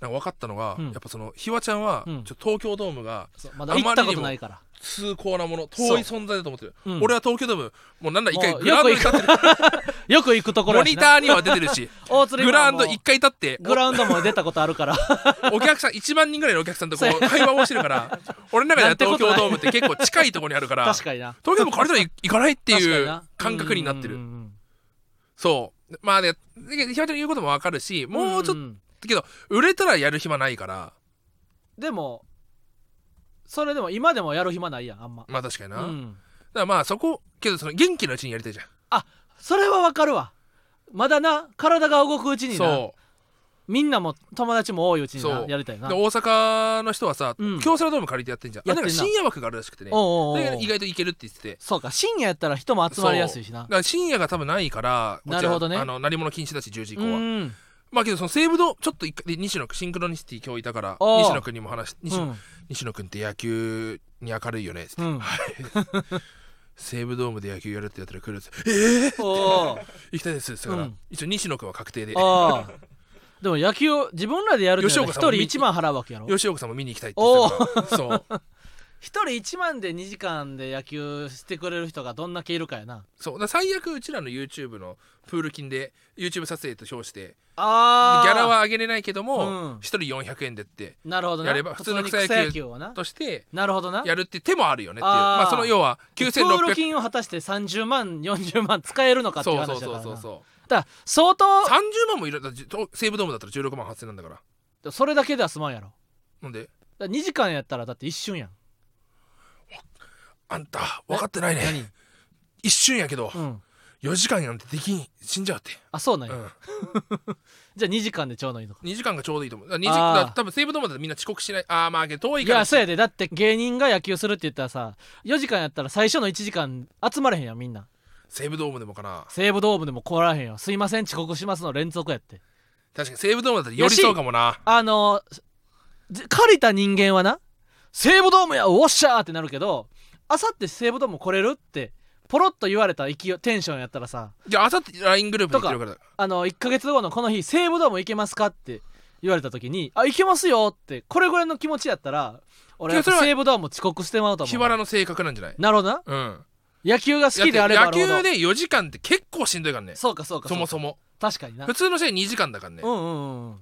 S1: なんか分かったのが、
S2: うん
S1: やっぱそのひわちゃんは、
S2: うん
S1: ちょっと東京ドームが
S2: そうまだ行ったことないから
S1: 崇高なもの遠い存在だと思ってる、
S2: そううん
S1: 俺は東京ドームもうなんなら一回
S2: もう
S1: グラウンドに
S2: よ
S1: 立ってる
S2: よく行くとこ
S1: モ
S2: ろやし
S1: ニ
S2: な
S1: ターには出てる
S2: [laughs]
S1: し
S2: 大鶴
S1: グ
S2: 肥
S1: ラウ
S2: 満
S1: ン
S2: も
S1: ド一回立って
S2: グラウンドも出たことあるから
S1: おお客さん1万人ぐらいのお客さんとこう会話をしてる
S2: [laughs]
S1: から俺の中では東京ドームって結構近いところにあるから
S2: 確かになっ
S1: 東京ドーム借りたら行かないって
S2: て
S1: いう感覚になってるそうまあねでひわちゃんの言うことも分かるしもうちょっと、けど売れたらやる暇ないから
S2: でもそれでも今でもやる暇ないやんあんま
S1: まあ確かにな、
S2: う
S1: だか
S2: ん
S1: らまあそこけどその元気なうちにやりたいじゃん
S2: それはわかるわまだな体が動くうちにな
S1: そう
S2: みんなも友達も多いうちにな
S1: そう
S2: やりたいな
S1: で
S2: おう
S1: 大阪の人はさ、
S2: うん
S1: 京セラドーム借りてやってんじゃんあ
S2: やって
S1: なんん
S2: な
S1: か深夜枠があるらしくてね
S2: おうおう
S1: で意外といけるって言ってて
S2: そうか深夜やったら人も集まりやすいし
S1: そう
S2: な
S1: だから深夜が多分ないからこっちは
S2: なるほどね
S1: あの何者禁止だし10時以降は、
S2: うん
S1: まあけどその西武ドちょっと一回で西野君シンクロニシティ今日いたから
S2: おう
S1: 西野君にも話し西,、
S2: うん
S1: 西野君って野球に明るいよねっつって、 [laughs]
S2: うん
S1: 西武ドームで野球やるってやったら来るっつってええー、
S2: おう
S1: 行きたいですっつったから、
S2: うん
S1: 一応西野君は確定で
S2: おうでも野球を自分らでやるってなったら
S1: 吉岡さんも見
S2: 一人1万払うわけや
S1: [laughs]
S2: ろ
S1: 吉岡さんも見に行きたいって言ってたからそう
S2: 一人1万で2時間で野球してくれる人がどんだけいるかやな
S1: そうだから最悪うちらの YouTube のプール金で YouTube 撮影と称して
S2: あー
S1: ギャラは上げれないけども、
S2: うん
S1: 一人400円でって
S2: なるほどな
S1: やれば普通の草野球
S2: をな
S1: として
S2: なるほどな
S1: やるって手もあるよねっていう
S2: あー
S1: まあその要は
S2: プール
S1: 9600
S2: 金を果たして30万40万使えるのかっていう
S1: そう
S2: 話
S1: そう
S2: だか
S1: そ
S2: ら
S1: う
S2: な
S1: そう
S2: だか
S1: そ
S2: ら相
S1: [laughs] う30
S2: 当
S1: 万もいるだってと西武ドームだったら16万8000なんだから
S2: それだけでは済まんやろ
S1: なんで
S2: だ2時間やったらだって一瞬やん
S1: あんた分かってないね一瞬やけど、
S2: うん
S1: 4時間なんてできん死んじゃうって、
S2: あそうなんや、
S1: うん、
S2: じゃあ2時間でちょうどいいのか
S1: 2時間がちょうどいいと思うだから二
S2: あー
S1: 時だから多分西武ドームだったらみんな遅刻しないああまあけど遠い
S2: い
S1: から
S2: やそうやでだって芸人が野球するって言ったらさ4時間やったら最初の1時間集まれへんやんみんな
S1: 西武ドームでもかな
S2: 西武ドームでも来られへんよすいません遅刻しますの連続やって
S1: 確かに西武ドームだったら寄りそうかもな
S2: あのじ借りた人間はな西武ドームやおっしゃーってなるけどあさって西武ドーム来れるってポロッと言われた勢いテンションやったらさ
S1: じゃああさって LINE グループで行ってるから
S2: あの1ヶ月後のこの日西武ドーム行けますかって言われた時に「あ行けますよ」ってこれぐらいの気持ちやったら俺
S1: い
S2: や
S1: や
S2: っ
S1: そ
S2: ぱ
S1: れは
S2: 西武ドーム遅刻してまうと思
S1: 日
S2: う
S1: 原の性格なんじゃない
S2: なるほどな
S1: うん
S2: 野球が好きであればあ
S1: 野
S2: るほど
S1: 球で4時間って結構しんどいからね
S2: そうかそうか
S1: そも
S2: も
S1: そも
S2: 確かにな
S1: 普通の試合2時間だからね
S2: うんうんうん2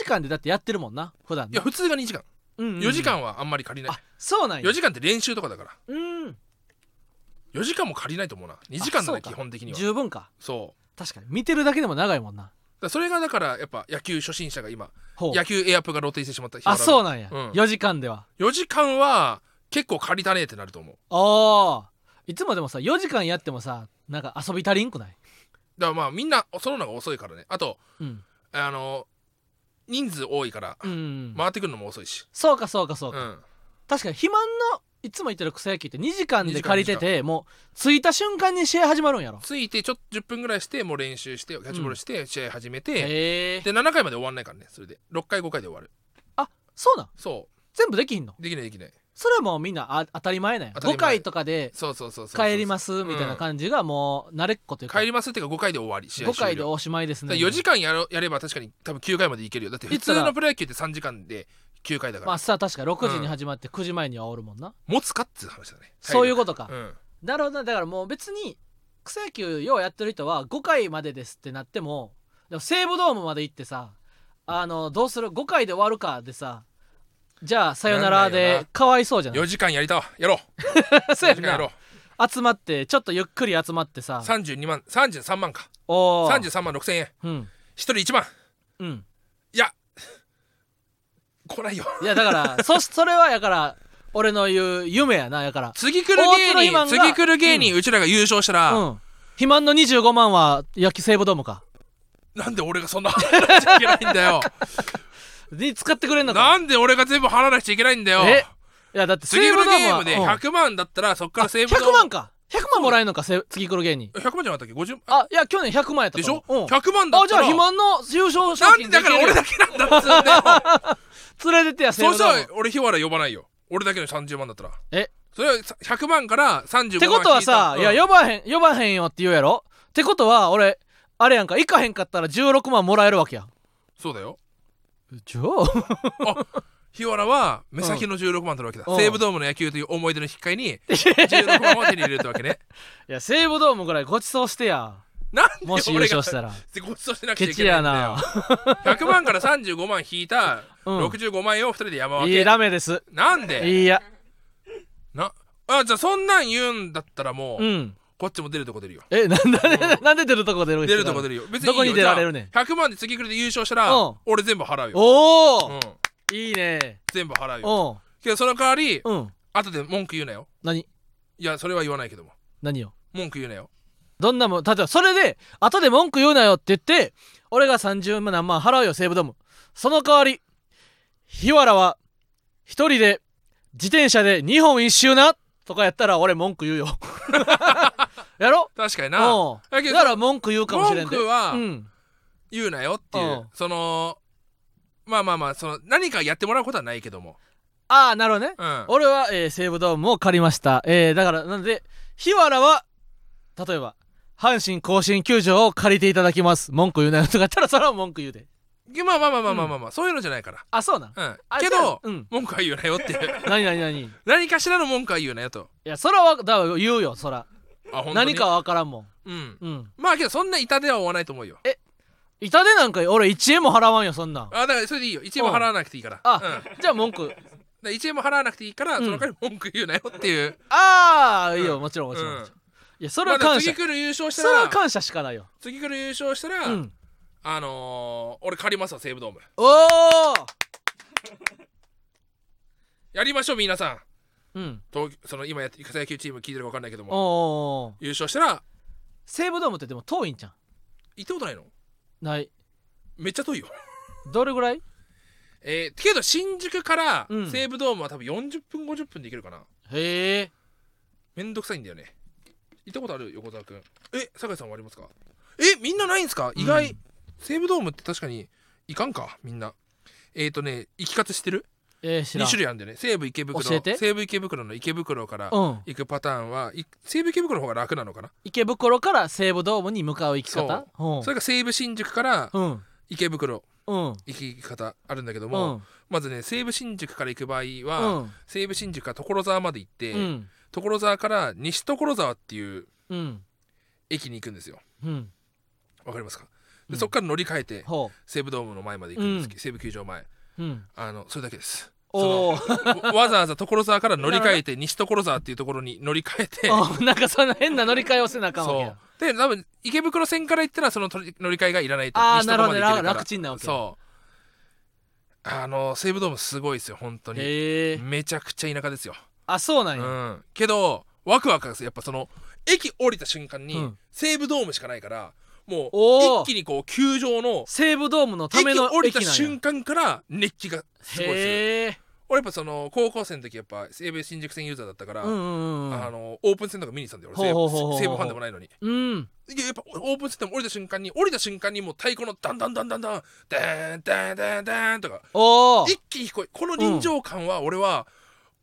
S2: 時間でだってやってるもんな普段
S1: いや普
S2: ね
S1: 通が2時間
S2: うんうんうん
S1: 4時間はあんまり借りな
S2: あ
S1: い
S2: そうなんや
S1: 4時間って練習とかだから
S2: うん
S1: 4時間も借りないと思うな2時間だ
S2: あそう
S1: ね
S2: か
S1: 基本的には
S2: 十分か
S1: そう
S2: 確かに見てるだけでも長いもんな
S1: だからそれがだからやっぱ野球初心者が今
S2: ほう
S1: 野球エアップが露呈してしまった
S2: あそう
S1: う
S2: なんや、
S1: ん
S2: 4時間では
S1: 4時間は結構借りたねえってなると思う
S2: ああいつもでもさ4時間やってもさなんか遊び足りんくない
S1: だからまあみんなそののが遅いからねあと
S2: うん
S1: あの人数多いから
S2: うん、
S1: 回ってくるのも遅いし
S2: そうかそうかそう
S1: う
S2: か、
S1: ん
S2: 確かに肥満のいつも行ってる草野球って2時間で借りててもう着いた瞬間に試合始まるんやろ
S1: ついてちょっと10分ぐらいしてもう練習してキャッチボールして試合始めて、
S2: へえ
S1: で7回まで終わんないからねそれで6回5回で終わる
S2: そうなん
S1: そ
S2: 全部できひんの
S1: うできないできない
S2: それはもうみんなあ当たり前なんや
S1: 当たり前
S2: 5回とかで
S1: そうそうそうそうそう
S2: 帰りますみたいな感じがもう慣れっこというか
S1: 帰りますっていうか5回で終わり試合
S2: 5回
S1: 終
S2: で
S1: 了
S2: おしまいですね
S1: 4時間やろやれば確かに多分9回までいけるよだって普通
S2: 言ったら
S1: のプロ野球って3時間で9回だから、
S2: まあさ確か6時に始まって9時前にはおるもんな、
S1: 持つかっていう話だね
S2: そういう
S1: こ
S2: ことか、
S1: うん
S2: なるほどなだからもう別に草野球ようやってる人は5回までですってなってもでも西武ドームまで行ってさあのどうする5回で終わるかでさじゃあさよなら
S1: なんないよ
S2: で
S1: な
S2: かわいそうじゃない
S1: 4時間やりたわやろう
S2: [laughs] そうや
S1: 4時
S2: ん
S1: 間やろ
S2: な
S1: う
S2: 集まってちょっとゆっくり集まってさ
S1: 32万33万か
S2: おー
S1: 33万6000円
S2: うん
S1: 一人1万
S2: うん
S1: いや来ないよ
S2: いやだから [laughs] そそれはやから俺の言う夢やなやから
S1: 次来る
S2: 大鶴
S1: 芸
S2: 肥満
S1: 人
S2: が
S1: 次来る芸人、うちらが優勝したら、
S2: うん肥満の25万は野球西武ドームか
S1: なんで俺がそんな払わなきゃいけないん
S2: [laughs]
S1: だよ
S2: に使ってくれんのか
S1: なんで俺が全部払わなくちゃいけないんだよ
S2: えいやだって西
S1: 次来
S2: 武ド
S1: る
S2: ーム
S1: ゲー
S2: は
S1: ムで
S2: うん
S1: 100万だったらそっからセーブ
S2: 100万か100万もらえるのかせ次来る芸人
S1: 100万じゃなかったっけ50
S2: あいや去年100万やった
S1: でしょ、
S2: うん、あ
S1: 100万だっ
S2: じ
S1: た
S2: ゃあ
S1: ら
S2: 肥満の優勝賞
S1: なんで
S2: 金
S1: だから俺だけなんだっつうんだよ
S2: け連れてってやせ
S1: そうしたら俺日原呼ばないよ俺だけの30万だったら
S2: え
S1: それは100万から35万引い
S2: ったてことはさ、
S1: うん
S2: いや呼ばへん呼ばへんよって言うやろってことは俺あれやんか行かへんかったら16万もらえるわけや
S1: そうだよ
S2: じゃあ
S1: 日原は目先の16万取るわけだ、
S2: うん
S1: 西武ドームの野球という思い出の引き換えに16万を手に入れるってわけね
S2: [laughs] いや西武ドームぐらいごちそうしてや
S1: なんで
S2: もし優
S1: 俺
S2: 勝
S1: が
S2: したら
S1: ごちそうしなくちゃ
S2: ケ
S1: いけ
S2: チ
S1: ない
S2: や
S1: んだよ
S2: な
S1: 100万から35万引いた
S2: うん
S1: 65万円を2人で山分
S2: いい
S1: け、
S2: ダメです
S1: なんで
S2: いいや
S1: なあじゃあそんなん言うんだったらもう、
S2: うん
S1: こっちも出るとこ出るよ
S2: えなんだねなんで出るとこ出る
S1: 出るとこ出
S2: る
S1: るよ別
S2: どこに
S1: いいよ
S2: 出られるねん
S1: じゃあ100万で次来るで優勝したら、
S2: うん
S1: 俺全部払うよ、
S2: お
S1: う
S2: お、
S1: ん、
S2: いいね
S1: 全部払うよ
S2: お
S1: けどその代わり、
S2: うんうん
S1: 後で文句言うなよ
S2: 何
S1: いやそれは言わないけども
S2: 何よ
S1: 文句言うなよ
S2: どんなもん例えばそれで後で文句言うなよって言って俺が30万何万払うよ西武ドームその代わり日原は一人で自転車で2本一周なとかやったら俺文句言
S1: [laughs]
S2: うよやろ
S1: 確かに
S2: う
S1: なんだけど
S2: だから文句言うかもしれん
S1: 文
S2: で
S1: 句は
S2: うん
S1: 言うなよっていう、
S2: うん
S1: そのまあまあまあその何かやってもらうことはないけども
S2: ああなるほどね、
S1: うん
S2: 俺は、えー西武ドームを借りました、えーだからなので日原は例えば阪神甲子園球場を借りていただきます文句言うなよとかやったらそれは文句言うで
S1: まあまあまあまあまあまあ、まあそういうのじゃないから
S2: あそうなん
S1: うん
S2: あ
S1: け
S2: じゃあ
S1: ど、
S2: うん
S1: 文句は言うなよっていう [laughs]
S2: 何何何
S1: 何かしらの文句は言うなよと
S2: いや、そらは、だから言うよ、そら。
S1: あ本当に
S2: 何かは分からんもん。
S1: うん
S2: うん。
S1: まあけどそんな痛手は負わないと思うよ
S2: 痛手なんか俺1円も払わんよ、そんなん。
S1: あだからそれでいいよ1円も払わなくていいからうん
S2: あ、じゃあ文句。
S1: で1円も払わなくていいから、
S2: うん
S1: その代わり文句言うなよっていう
S2: ああ、いいよ、もちろん、もちろん。
S1: うん
S2: もちろんいや、それ
S1: まあ
S2: は
S1: だから
S2: 感謝
S1: 次。来る優勝し
S2: そ
S1: た
S2: れは
S1: ら
S2: 感謝しかないよ。
S1: 次来る優勝したら、
S2: うん。
S1: あのー、俺借りますわ西武ドーム
S2: おお
S1: やりましょう皆さん
S2: うん。
S1: 東その今やって草野球チーム聞いてるか分かんないけど
S2: おー
S1: も
S2: おー。
S1: 優勝したら
S2: 西武ドームってでも遠いんじゃん。
S1: 行ったことないの
S2: ない。
S1: めっちゃ遠いよ
S2: どれぐらい
S1: えー、けど新宿から
S2: うん
S1: 西武ドームは多分40分50分で行けるかな、
S2: へえ。
S1: めんどくさいんだよね行ったことある横澤君え酒井さんはありますかえみんなないんすか意外、
S2: うん
S1: 西武ドームって確かに行かんかみんなえっ、ー、とね行き方してる
S2: えー、知ら
S1: 2
S2: ん。
S1: 種類あるんだよね西武池袋
S2: 教えて
S1: 西武池袋の池袋から
S2: うん。
S1: 行くパターンはい西武池袋の方が楽なのかな、
S2: 池袋から西武ドームに向かう行き方
S1: それ
S2: う
S1: が西武新宿から
S2: ん。うん。
S1: 池袋
S2: うん。
S1: 行き方あるんだけど
S2: う
S1: も、
S2: ん。
S1: まずね西武新宿から行く場合
S2: う
S1: は、
S2: ん。
S1: 西武新宿から所沢まで行って、
S2: うん。
S1: 所沢から西所沢っていう
S2: うん。
S1: 駅に行くんですよ
S2: うん。
S1: わかりますか
S2: う
S1: で
S2: ん
S1: そこから乗り換えて
S2: ほ
S1: 西武ドームの前まで行くんですけど、西武球場前
S2: う。うん。
S1: あのそれだけです
S2: おお。
S1: そのわわざわざ所沢から乗り換えて西所沢っていうところに乗り換え
S2: [laughs]
S1: て
S2: あなんかそんな変な乗り換えをせなあかんわけ
S1: そ
S2: や
S1: うで多分池袋線から行ったらその乗り乗り換えがいらないと
S2: あー
S1: 西所まで行け
S2: なる
S1: る
S2: ほ
S1: か
S2: ど
S1: ら
S2: 楽ちんなわけ
S1: そうあの西武ドームすごいですよ本当に
S2: へえ
S1: めちゃくちゃ田舎ですよ
S2: あそうなん
S1: う
S2: や、
S1: ん、けどワクワクですやっぱその駅降りた瞬間に、
S2: うん
S1: 西武ドームしかないからも
S2: おー
S1: う一気にこう球場の
S2: 西武ドームのため
S1: 駅
S2: の
S1: 降り
S2: 駅
S1: た
S2: なんや
S1: 瞬間から熱気がすごいでする
S2: へえ
S1: 俺やっぱその高校生の時やっぱ西武新宿線ユーザーだったから、
S2: うんうんうん
S1: あのオープン戦とか見に行ってたんだよ俺西
S2: ほうほうほうほう
S1: 武西武ファンでもないのに
S2: うん
S1: いややっぱオープン戦でも降りた瞬間に降りた瞬間にもう太鼓のダンダンダンダンダンダンダンダンダンとか
S2: おお
S1: 一気に聞こえこの臨場感は俺は、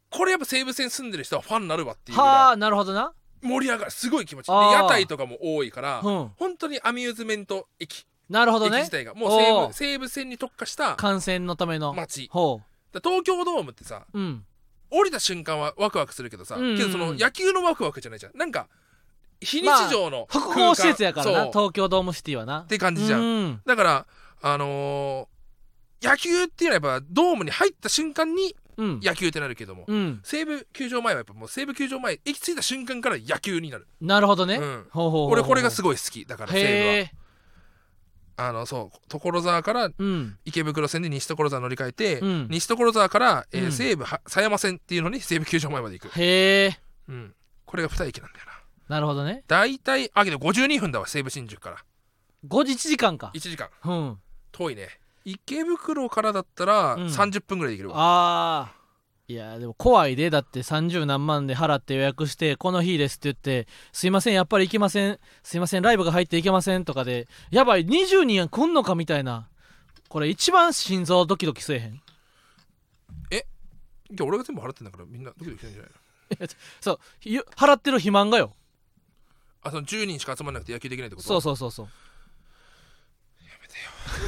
S1: これやっぱ西武線住んでる人はファンになるわっていうぐ
S2: は
S1: ら
S2: あなるほどない
S1: 盛り上がるすごい気持ちで
S2: あー
S1: 屋台とかも多いから、
S2: うん
S1: 本当にアミューズメント駅、
S2: なるほど
S1: 駅
S2: ね
S1: 自体がもう西
S2: お
S1: 武
S2: ー
S1: 西武線に特化した
S2: 感染のための
S1: 街
S2: ほ
S1: だ東京ドームってさ
S2: ううん
S1: 降りた瞬間はワクワクするけどさ、
S2: うんうんうん
S1: けどその野球のワクワクじゃないじゃんなんか非日常の空間、
S2: 複合施設やからな
S1: そうっ
S2: 東京ドームシティはな
S1: て感じじゃん、
S2: うん
S1: だからあのー野球っていうのはやっぱドームに入った瞬間に
S2: うん
S1: 野球ってなるけども、
S2: うん
S1: 西武球場前はやっぱもう西武球場前駅着いた瞬間から野球になる、
S2: なるほど
S1: う
S2: ね
S1: ん、
S2: ほうほうほう
S1: 俺これがすごい好きだから西武
S2: へ
S1: は
S2: え
S1: あのそう所沢から
S2: うん
S1: 池袋線で西所沢乗り換えて、
S2: うん
S1: 西所沢から、えー
S2: うん
S1: 西武は狭山線っていうのに西武球場前まで行く、
S2: へえ
S1: うん、これが二駅なんだよな
S2: なるほどね
S1: 大体あけど52分だわ西武新宿から
S2: 5時1時間か
S1: 1時間
S2: うん
S1: 遠いね池袋からだったら
S2: うん
S1: 30分ぐらいできるわ、
S2: ああいやでも怖いでだって30何万で払って予約してこの日ですって言ってすいませんやっぱり行けませんすいませんライブが入っていけませんとかでやばい20人来んのかみたいなこれ一番心臓ドキドキせえへん [laughs]
S1: 今日俺が全部払ってんだからみんなドキドキしてんじゃないの
S2: そうゆ払ってる肥満がよ
S1: あその10人しか集まらなくて野球できないってこと
S2: そうそうそうそう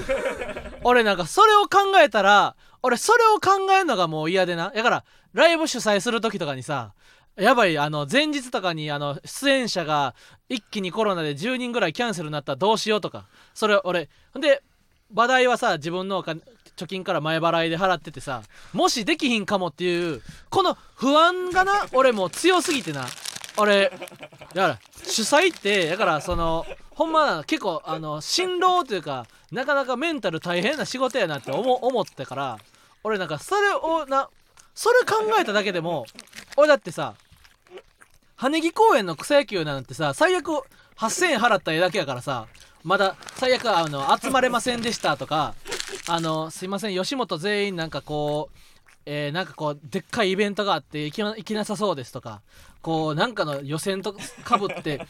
S2: やめてよ [laughs] 俺なんかそれを考えたら俺それを考えるのがもう嫌でなだからライブ主催する時とかにさやばいあの前日とかにあの出演者が一気にコロナで10人ぐらいキャンセルになったらどうしようとかそれ俺ほんで場代はさ自分のお金貯金から前払いで払っててさもしできひんかもっていうこの不安がな俺もう強すぎてな俺だから主催ってだからそのほんまなの結構あの辛労というかなかなかメンタル大変な仕事やなって思思ったから俺なんかそれをなそれ考えただけでも俺だってさ羽木公園の草野球なんてさ最悪8,000円払った絵だけやからさまだ最悪あの集まれませんでしたとかあのすいません吉本全員なんかこうえーなんかこうでっかいイベントがあって行きな行きなさそうですとかこうなんかの予選とかぶって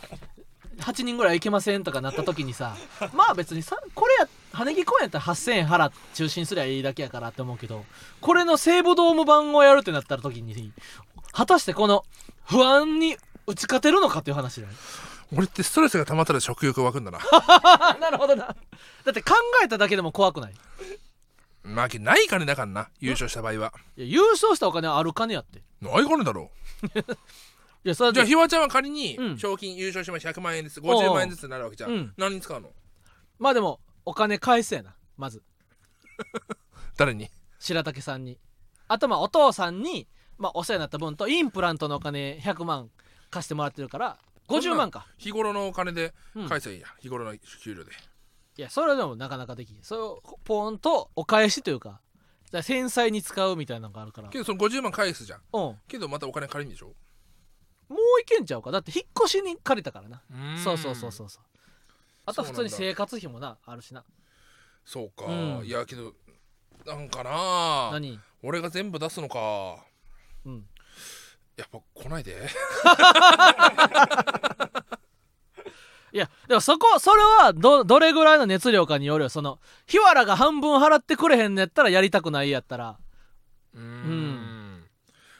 S2: 8人ぐらい行けませんとかなった時に [laughs] さまあ別にさこれや羽木公園やったら8,000円払って中心すりゃいいだけやからって思うけどこれの西武ドーム版をやるってなった時に果たしてこの不安に打ち勝てるのかっていう話だよね。
S1: 俺ってストレスが溜まったら食欲湧くん
S2: [laughs]
S1: だな
S2: あなるほどな。だって考えただけでも怖くない。
S1: まあけどない金だからな優勝した場合はい
S2: や優勝したお金はある金やって。い
S1: ない金だろ
S2: やそれ
S1: じゃ
S2: だ
S1: あ
S2: って
S1: ひわちゃんは仮に
S2: うん
S1: 賞金優勝しました100万円です
S2: おう
S1: 50
S2: おう
S1: 万円ずつになるわけじゃん、
S2: うん
S1: 何に使うの
S2: まあでもお金返すやなまず。
S1: 誰に
S2: 白竹さんにあとまあお父さんに、まあ、お世話になった分とインプラントのお金100万貸してもらってるから50万か
S1: 日頃のお金で
S2: うん
S1: 返せばいいや、日頃の給料で
S2: いやそれでもなかなかできんそれをポンとお返しというかだから繊細に使うみたいなのがあるから
S1: けどその50万返すじゃん
S2: うんも
S1: けどまたお金借りるんでしょ
S2: ういけんちゃうかだって引っ越しに借りたからなそうそうそう
S1: う
S2: そうそうあとは普通に生活費もなあるしな
S1: そうか、
S2: うん
S1: いやけどなんかな
S2: 何
S1: 俺が全部出すのか
S2: うん
S1: やっぱ来ないで
S2: いやでもそこそれはどどれぐらいの熱量かによるよその日原が半分払ってくれへんのやったらやりたくないやったら
S1: うーん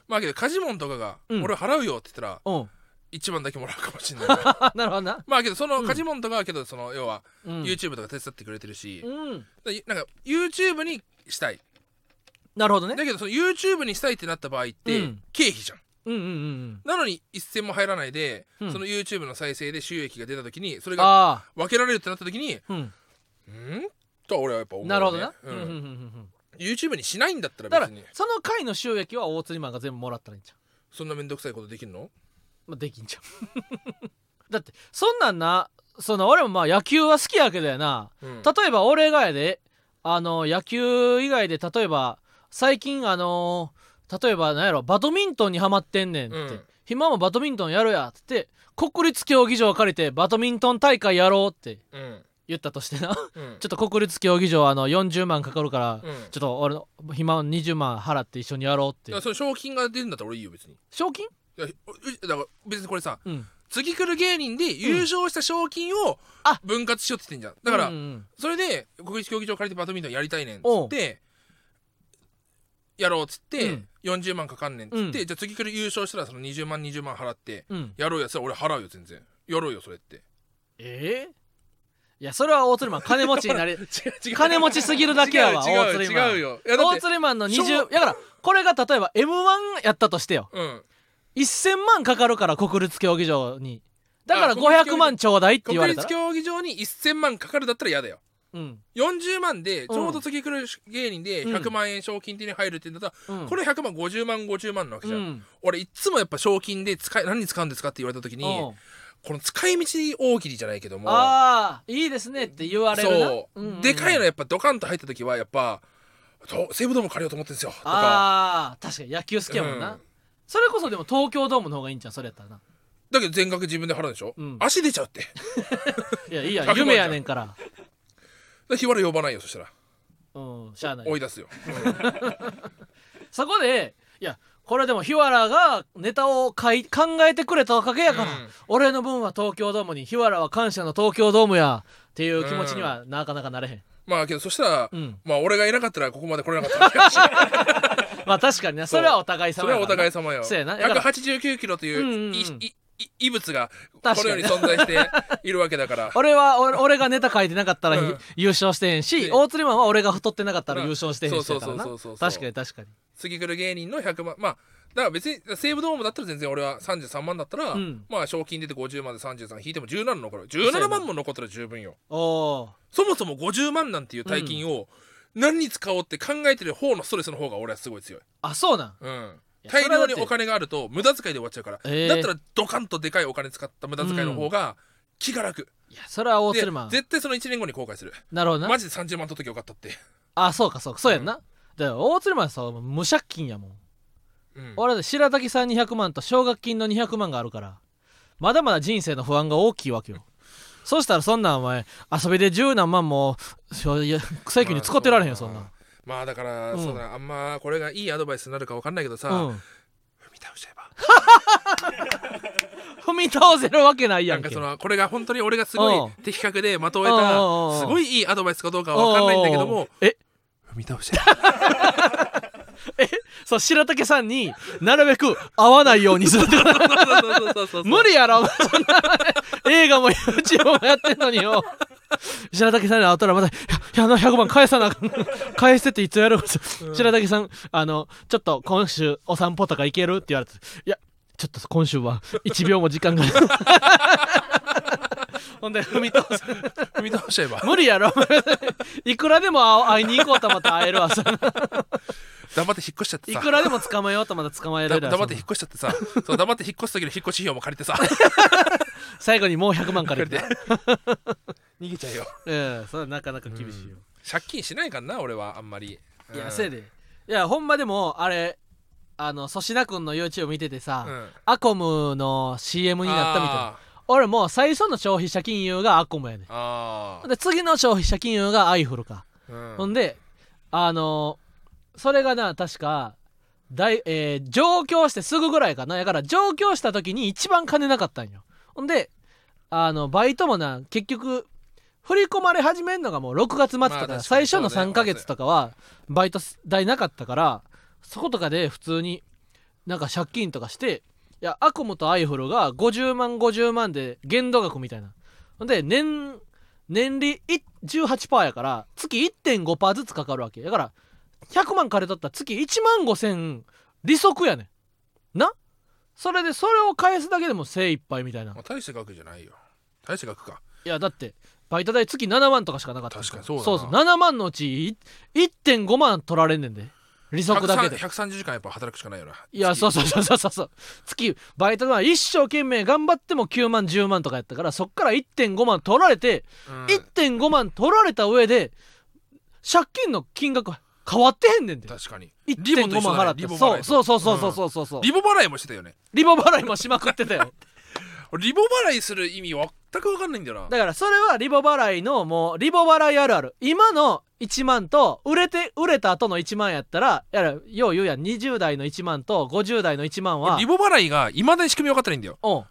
S1: まあけどカジモンとかが「
S2: うん
S1: 俺払うよ」って言ったら
S2: うん
S1: 1万だけもらうかもしれ
S2: [laughs]
S1: ないね
S2: あなるほどな、
S1: まあけどその
S2: うん
S1: カジモンとかはけどその要は
S2: うん
S1: YouTube とか手伝ってくれてるし、
S2: うん、
S1: だなんか YouTube にしたい
S2: なるほど
S1: だ
S2: ね。
S1: けどその YouTube にしたいってなった場合って
S2: うん
S1: 経費じゃん、
S2: うんうんうんうん。
S1: なのに一銭も入らないで、
S2: うん
S1: その YouTube の再生で収益が出た時にそれが
S2: あ
S1: 分けられるってなった時に
S2: あ、うん、
S1: うんとは俺はやっぱ思う、ね、
S2: なるほどな。
S1: う
S2: うんうんうんうん
S1: ん、
S2: うん。
S1: YouTube にしないんだったら
S2: だから
S1: 別に
S2: その回の収益は大釣りマンが全部もらったらいいんじゃん。
S1: そんな面倒くさいことできるの
S2: まあ、できんじゃん。 [laughs] だってそんなんな、その俺もまあ野球は好きやけどやな。
S1: うん
S2: 例えば俺がやで、あの野球以外で例えば最近あの例えばなんやろバドミントンにハマってんねんって、
S1: うん
S2: 暇もバドミントンやろやって言って国立競技場借りてバドミントン大会やろうって
S1: うん
S2: 言ったとしてな
S1: うん
S2: [laughs] ちょっと国立競技場あの40万かかるから、
S1: うん
S2: ちょっと俺の暇を20万払って一緒にやろうっ
S1: い
S2: て
S1: やそれ賞金が出るんだったら俺いいよ別にい
S2: 賞金
S1: やうだから別にこれさ
S2: うん
S1: 次来る芸人で優勝した賞金を
S2: あ
S1: 分割しようって言ってんじゃんだから、
S2: うんうん
S1: それで国立競技場借りてバドミントンやりたいねんっつ
S2: お
S1: っ
S2: う
S1: てやろうっつって、
S2: うん
S1: 40万かかんねんっつって、
S2: う
S1: じゃあ次来る優勝したらその20万20万払って
S2: うん
S1: やろうやつは俺払うよ全然やろうよそれって
S2: ええいやそれは大鶴マン金持ちになり
S1: [laughs] 違う違う
S2: 金持ちすぎるだけやわ
S1: 違
S2: 大
S1: う違
S2: 鶴
S1: う
S2: マン
S1: 違うよいやだっ
S2: 大
S1: て
S2: 鶴マンの
S1: そう
S2: 20だからこれが例えば m 1やったとしてよ
S1: うん
S2: 1000万かかるから国立競技場にだから
S1: あ国立競技
S2: 500万ちょうだいって言わ
S1: 国
S2: れた
S1: 立
S2: ら、
S1: 競技場に1000万かかるだったら嫌だよ
S2: うん
S1: 40万でちょうど次来る芸人で100万円賞金手に入るって言うんだったら、
S2: うん
S1: これ100万50万50万なわけじゃん、
S2: うん
S1: 俺いっつもやっぱ賞金で使い何に使うんですかって言われた時に
S2: おう
S1: この使い道大喜利じゃないけども
S2: ああいいですねって言われるな
S1: そう、
S2: んん
S1: でかいのやっぱドカンと入った時はやっぱと西武ドーム借りようと思ってんですよとか
S2: ああ確かに野球好きやもんな、
S1: うん
S2: それこそでも東京ドームの方がいいんじゃんそれやったらな
S1: だけど全額自分で払うんでしょ、
S2: うん
S1: 足出ちゃうってだ [laughs] か
S2: いやい
S1: [laughs]
S2: いや
S1: 100万
S2: 夢やねんから
S1: ら日原呼ばないよそしたら
S2: うんしゃあない
S1: 追い出すよ、
S2: そこでいやこれでも日原がネタをかい考えてくれたおかげやから、
S1: うん
S2: 俺の分は東京ドームに日原は感謝の東京ドームやっていう気持ちにはなかなかなれへん、
S1: まあけどそしたら、
S2: うん
S1: まあ俺がいなかったらここまで来れなか
S2: [laughs]
S1: ったわけだし
S2: まあ確かになそれはお互い
S1: そ
S2: 様
S1: れ
S2: や
S1: は
S2: から
S1: お互い様よ
S2: そうやなだから
S1: 189キロという,い、
S2: うんうんうん
S1: いい異物がこ
S2: 確
S1: の
S2: か
S1: 世
S2: に
S1: に存在しているわけだ
S2: [laughs]
S1: から
S2: 俺は俺俺がネタ書いてなかったら、
S1: うん
S2: 優勝してへんし
S1: で
S2: 大釣りマンは俺が太ってなかったら優勝してへん
S1: うん
S2: しやからな
S1: そうそうそうそう
S2: 確
S1: そう
S2: かに確かに
S1: 次来る芸人の100万まあだから別に西武ドームだったら全然俺は33万だったら、
S2: うん
S1: まあ賞金出て50万で33引いても17残る17万も残ったら十分よ
S2: おおー
S1: そもそも50万なんていう大金を何に使おうって考えてる方のストレスの方が俺はすごい強い、
S2: あそうなん
S1: うん、
S2: いや
S1: 大量
S2: それはだっ
S1: に
S2: て
S1: お金があると無駄遣いで終わっちゃうから、
S2: えー
S1: だったらドカンとでかいお金使った無駄遣いの方が気が楽、
S2: いやそれは大
S1: で
S2: 鶴マン
S1: 絶対その1年後に後悔する
S2: なるほどな
S1: マジで30万取っときゃよかったって、
S2: あそうかそうかそうやんな、だから大鶴マンさ無借金やもん
S1: うん、
S2: 俺は白滝さん200万と奨学金の200万があるからまだまだ人生の不安が大きいわけよそうしたらそんなんお前遊びで十何万もそういや草野球に使ってられへんよそんなん
S1: まあだから、
S2: うん
S1: そうだなあんまこれがいいアドバイスになるか分かんないけどさ、
S2: うん
S1: 踏み倒しちゃえば
S2: 踏み倒せるわけないや
S1: なんん
S2: け
S1: かそのこれが本当に俺がすご
S2: う
S1: い
S2: ん
S1: 的確で的を得
S2: うんうんう
S1: た
S2: ん
S1: すごいいいアドバイスかどうかは分かんないんだけど
S2: おうおうおう
S1: も
S2: え
S1: 踏み倒しちゃえば
S2: そう白竹さんになるべく会わないようにするってこと
S1: そうそうそうそうそう
S2: 無理やろお前そんな映画も YouTube もやってんのによ白竹さんに会ったらまた「いやいやあの100万返さなあかん返してっていつやる?」白竹さん「あのちょっと今週お散歩とか行ける?」って言われて「いやちょっと今週は1秒も時間が
S1: [laughs]
S2: ない」ほんで踏み倒す
S1: 踏み倒しちゃえば
S2: 無理やろお前いくらでも会いに行こうとまた会えるわそんな
S1: 黙って引っ越しちゃって
S2: い
S1: さ
S2: くらでも捕まえようとまた捕まえ
S1: だ
S2: れるわ
S1: 黙って
S2: そん
S1: 引っ
S2: な
S1: 越しちゃってさそう黙って引っ越す時の引っ越し費用も借り
S2: [laughs]
S1: てさ
S2: 最後にもう100
S1: [laughs]
S2: 万からいくな
S1: 逃げちゃえよ
S2: ええそれはなかなか厳しいよ、
S1: 借金しないからな俺はあんまり
S2: いや
S1: うん
S2: せやでいやほんまでもあれあの粗品君の YouTube 見ててさ、
S1: うん
S2: アコムの CM になったみたいな
S1: あ
S2: 俺もう最初の消費者金融がアコムやね
S1: ーあ
S2: んで次の消費者金融がアイフルか、
S1: ーうん
S2: ほんであのそれがな確かだい、えー上京してすぐぐらいかなやから上京した時に一番金なかったんよほんであのバイトもな結局振り込まれ始めるのがもう6月末と
S1: まあ
S2: か
S1: 確かに
S2: 最初の
S1: そうね
S2: 3ヶ月とかはバイト代なかったからそことかで普通になんか借金とかしていやアコムとアイフルが50万50万で限度額みたいなほんで年年利い18%やから月1.5%ずつかかるわけだから100万借り取ったら月1万5000利息やねんなそれでそれを返すだけでも精一杯みたいな
S1: まあ大した額じゃないよ大した額か
S2: いやだってバイト代月7万とかしかなかったん
S1: 確かにそうだな
S2: そう7万のうちい1.5万取られんねんで利息だけで
S1: 130時間やっぱ働くしかないよない
S2: やそううそうそうそうそうそう月バイトは一生懸命頑張っても9万10万とかやったからそっから1.5万取られて、
S1: うん
S2: 1.5万取られた上で借金の金額変わってへんねんで
S1: 確かに
S2: 1.5万払って
S1: リボと一緒だねリボ払い
S2: そう
S1: と
S2: そうそうそうそうそうそう
S1: リボ払いもしてたよね [laughs]
S2: リボ払いもしまくってたよ
S1: 俺リボ払いする意味全く分かんないんだよな
S2: だからそれはリボ払いのもうリボ払いあるある今の1万と売れて売れた後の1万やったらやらよう言うやん20代の1万と50代の1万は
S1: リボ払いがいまだに仕組み分かってないんだよ
S2: おう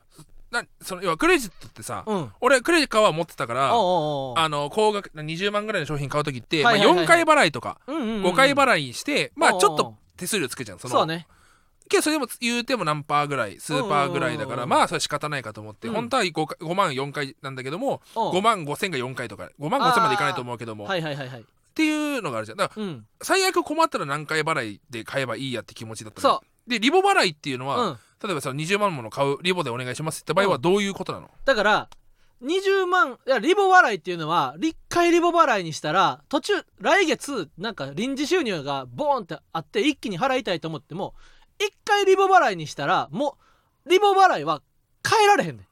S1: なその要はクレジットってさ、
S2: うんおう
S1: 俺クレジカーは持ってたから
S2: おうおう
S1: あの高額な20万ぐらいの商品買う時って、
S2: はいはいはいはい
S1: まあ、4回払いとか
S2: うんうんうん
S1: 5回払いして、まあ
S2: おうおう
S1: ちょっと手数料つけちゃうその
S2: そうね
S1: けどそれでも言うても何パーぐらい数パーぐらいだから、
S2: うん
S1: まあそれは仕方ないかと思って、
S2: うん
S1: 本当は 5, か5万4回なんだけども
S2: おう
S1: 5万5千が4回とか5万5千までいかないと思うけども、
S2: は
S1: っ
S2: いはいはいはい
S1: ていうのがあるじゃんだから
S2: うん
S1: 最悪困ったら何回払いで買えばいいやって気持ちだったの
S2: そ
S1: でリボ払いっていうの
S2: う
S1: は、
S2: うん
S1: 例えばその20万もの買うリボでお願いしますって場合はどういうことなの、
S2: だから20万いやリボ払いっていうのは一回リボ払いにしたら途中来月なんか臨時収入がボーンってあって一気に払いたいと思っても一回リボ払いにしたらもうリボ払いは変えられへんね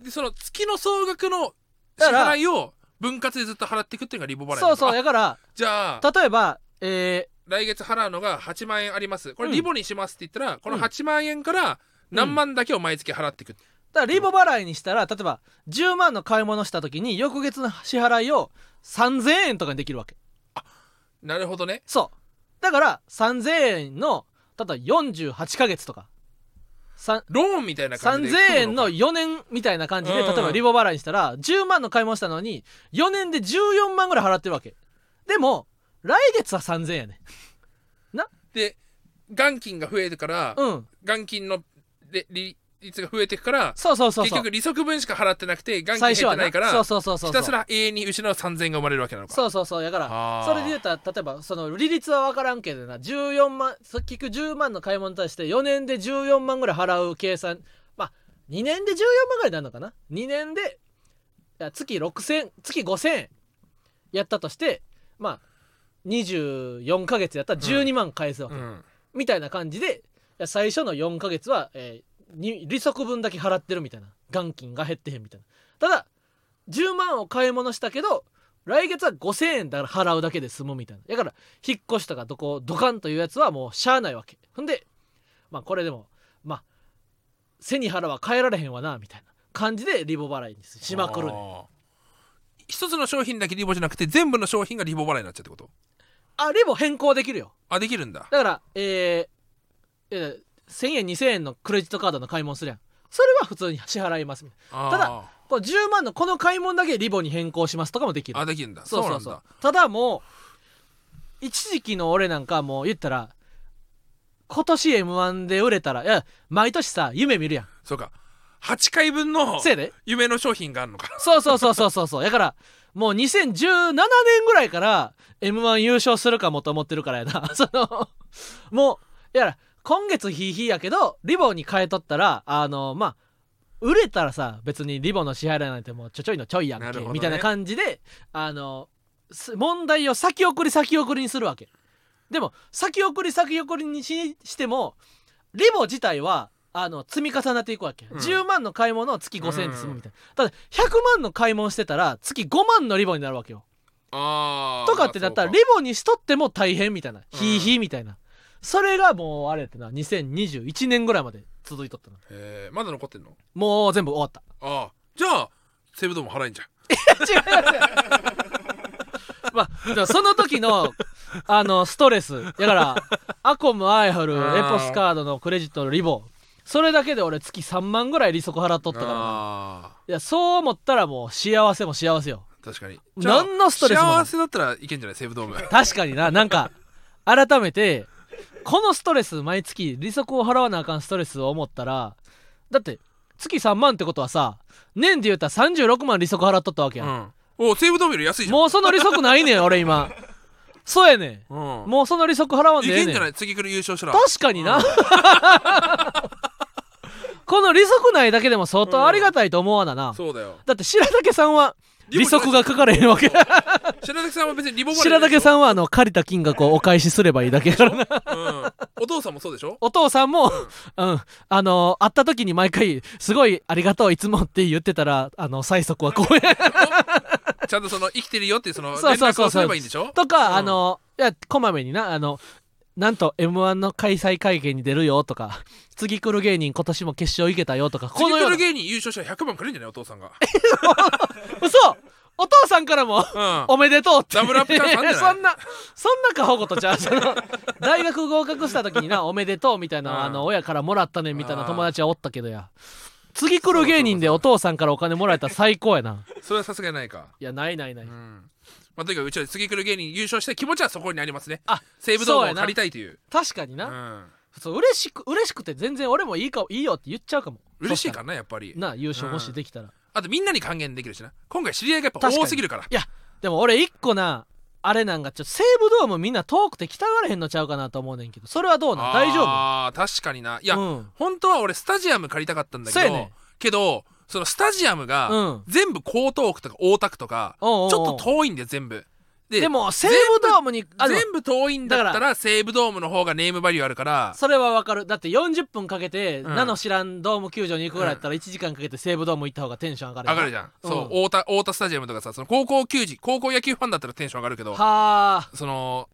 S2: ん
S1: でその月の総額の支
S2: だから
S1: 払いを分割でずっと払っていくっていうのがリボ払いな
S2: そ
S1: の
S2: うそう
S1: あ
S2: だから
S1: じゃあ
S2: 例えばえ
S1: 来月払うのが8万円ありますこれ
S2: うん
S1: リボにしますって言ったら、この
S2: うん
S1: 8万円から何万だけを毎月払っていく、
S2: ーだからリボ払いにしたら例えば10万の買い物した時に翌月の支払いを3000円とかにできるわけ
S1: なるほどね
S2: そうだから3000円のただ48ヶ月とかさん
S1: ローンみたいな感じ
S2: 3000
S1: で
S2: 円の4年みたいな感じで
S1: うん
S2: 例えばリボ払いにしたら10万の買い物したのに4年で14万ぐらい払ってるわけでも来月は3000円やね
S1: で元金が増えるから、
S2: うん
S1: 元金の利利率が増えていくから
S2: そうそうそう
S1: 結
S2: そう
S1: 局利息分しか払ってなくて元金減
S2: 最
S1: っ
S2: 初は
S1: て
S2: ね
S1: ないから
S2: そうそうそうそう
S1: ひたすら永遠に失う3000円が生まれるわけなのか
S2: そうそうそうやから
S1: あー
S2: それで言うたら例えばその利率は分からんけどな14万結局10万の買い物に対して4年で14万ぐらい払う計算まあ2年で14万ぐらいになるのかな2年でいや月6000月5000円やったとしてまあ24ヶ月やったら12万返すわけ、
S1: うん
S2: みたいな感じでいや最初の4ヶ月は、えーに利息分だけ払ってるみたいな元金が減ってへんみたいなただ10万を買い物したけど来月は5,000円だから払うだけで済むみたいなだから引っ越しとかどこドカンというやつはもうしゃあないわけほんでまあこれでもまあ背に腹は変えられへんわなみたいな感じでリボ払いにしまくるね
S1: あー一つの商品だけリボじゃなくて全部の商品がリボ払いになっちゃうってこと
S2: あリボ変更できるよ
S1: あできるんだ
S2: だからえーえー1,000円2,000円のクレジットカードの買い物するやんそれは普通に支払いますみたいな
S1: あー
S2: ただこれ10万のこの買い物だけリボに変更しますとかもできる
S1: あできるんだそ
S2: そ
S1: うう
S2: そ
S1: な
S2: うんそう
S1: だ
S2: ただもう一時期の俺なんかもう言ったら今年 m 1で売れたらいや毎年さ夢見るやん
S1: そうか8回分の
S2: せいで
S1: 夢の商品があるのか
S2: そうそうそうそうそうそうだからもう2017年ぐらいから m 1優勝するかもと思ってるからやな [laughs] そのもういや今月ヒーヒーやけどリボに変えとったらあのまあ売れたらさ別にリボの支払いなんてもうちょちょいのちょいやんけ、
S1: なるほどね
S2: みたいな感じであのす問題を先送り先送りにするわけでも先送り先送りにししてもリボ自体はあの積み重なっていくわけ、
S1: うん
S2: 10万の買い物を月5000円で済むみたいな、ただ100万の買い物してたら月5万のリボになるわけよ
S1: あー
S2: とかってなったら
S1: まあ
S2: リボにしとっても大変みたいなヒーヒーみたいなそれがもうあれやってな2021年ぐらいまで続いとったな
S1: そうかえーまだ残ってんの
S2: もう全部終わった
S1: ああじゃあセブドーム払えんじゃん
S2: 違うまあ、でもその時の、あの、ストレス。だから、アコム、アイハル、
S1: あ
S2: エ
S1: ー
S2: ポスカードのクレジットのリボ。それだけで俺月3万ぐらい利息払っとったからな。
S1: あ
S2: いや、そう思ったらもう幸せも幸せよ。
S1: ー確かにじゃあ
S2: 何のストレスもない
S1: 幸せだったらいけんじゃないセブドーム
S2: 確かにな、なんか、改めて、このストレス、毎月利息を払わなあかんストレスを思ったら、だって、月3万ってことはさ、年で言ったら36万利息払っとったわけやん
S1: うんおセブドームより安いじゃん
S2: もうその利息ないね
S1: [laughs]
S2: ん、俺今。そうやね。
S1: うんん
S2: もうその利息払わん
S1: い
S2: でえ
S1: け
S2: え
S1: ん
S2: ねん。
S1: じゃない次来る優勝したら
S2: 確かにな。 [laughs] この利息ないだけでも相当ありがたいと思わなな。
S1: そうだよ
S2: だって白竹さんは利息がかかれへんわけ。
S1: 白竹さんは別にリボ払い
S2: 白竹
S1: ん、
S2: さんはあの借りた金額をお返しすればいいだけやから
S1: う
S2: な。
S1: ん、お父さんもそうでしょ
S2: お父さんも、うん、あの会った時に毎回、すごいありがとう、いつもって言ってたら、あの、催促はこうや。
S1: ち [laughs] ゃんとその生きてるよっていうその
S2: そ
S1: 連
S2: うそう
S1: 絡
S2: そう
S1: をす
S2: そう
S1: ればいいんでしょ
S2: とか、
S1: うん
S2: あのいやこまめになあのなんと m 1の開催会見に出るよとか次来る芸人今年も決勝行けたよとかこ
S1: 次来
S2: のよう
S1: る
S2: な
S1: 芸人優勝したら100万くれるんじゃないお父さん
S2: [laughs]
S1: が。
S2: 嘘お父さんからも
S1: う
S2: [laughs] おめでとうって
S1: ダブルアップチャンスあんじゃない
S2: [laughs] そんなそんな過保護とじゃあその大学合格した時になおめでとうみたいな、
S1: うん
S2: あの親からもらったねみたいな
S1: うん。
S2: 友達はおったけどや次来る芸人でお父さんからお金もらえたら最高やなん
S1: それはさすがにないか。
S2: いやないないない、
S1: うん。まあ、とにかくうちら次来る芸人優勝した気持ちはそこにありますね。
S2: あ
S1: 西武ドームを借りたいという。
S2: 確かに
S1: う
S2: な、
S1: ん。
S2: そう嬉しく嬉しくて全然俺もいいかいいよって言っちゃうかも
S1: 嬉しいか
S2: そし
S1: な、やっぱり。
S2: たらな優勝もしできたら、
S1: あとみんなに還元できるしな。今回知り合いがやっぱ
S2: 確かに
S1: 多すぎるから。
S2: いやでも俺一個なあれなんかちょっと西武ドームみんな遠くて来たがれへんのちゃうかなと思うねんけどそれはどうなん大丈夫
S1: ああ、確かにな。いや、
S2: うん
S1: 本当は俺スタジアム借りたかったんだけ
S2: そう
S1: ど、
S2: やね
S1: けど、そのスタジアム
S2: う
S1: が
S2: ん
S1: 全部江東区とか大田区とか、
S2: おうおうおう
S1: ちょっと遠いんだよ、全部。で
S2: でも西武ドームにあでも
S1: 全部遠いんだった
S2: だから
S1: 西武ドームの方がネームバリューあるから
S2: それはわかるだって40分かけて、
S1: うん
S2: 名の知らんドーム球場に行くぐらいだったら1時間かけて西武ドーム行った方がテンション上がる
S1: 上がるじゃん、そう
S2: お
S1: 太田太田スタジアムとかさその高校球児高校野球ファンだったらテンション上がるけど
S2: はあ
S1: その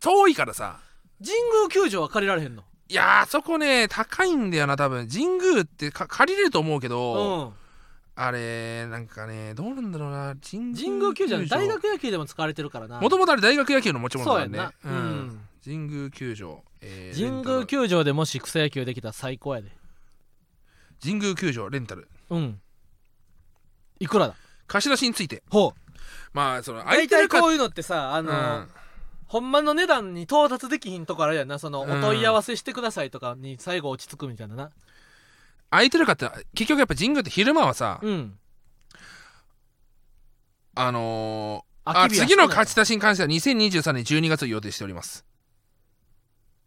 S1: 遠いからさ
S2: 神宮球場は借りられへんの
S1: いやーあそこね高いんだよな多分神宮ってか借りれると思うけど、
S2: うん
S1: あれなんかねどうなんだろうな神
S2: 神宮球場は大学野球でも使われてるからな
S1: もともとあれ大学野球の持ち物だからね
S2: そうやんなうん
S1: 神宮球場、えー
S2: 神宮球場でもし草野球できたら最高やで
S1: レンタル神宮球場レンタル
S2: うんいくらだ
S1: 貸し出しについて
S2: ほう
S1: まあその空
S2: 大
S1: いてるか
S2: 体こういうのってさあのー、
S1: うん
S2: ほんまの値段に到達できひんとこあるやんなそのお
S1: うん
S2: 問い合わせしてくださいとかに最後落ち着くみたいなな
S1: 空いてるかって結局やっぱ神宮って昼間はさ、
S2: うん
S1: あのー
S2: あ
S1: あ
S2: きびは
S1: 次の
S2: 少ない
S1: 勝ち出しに関しては2023年12月を予定しております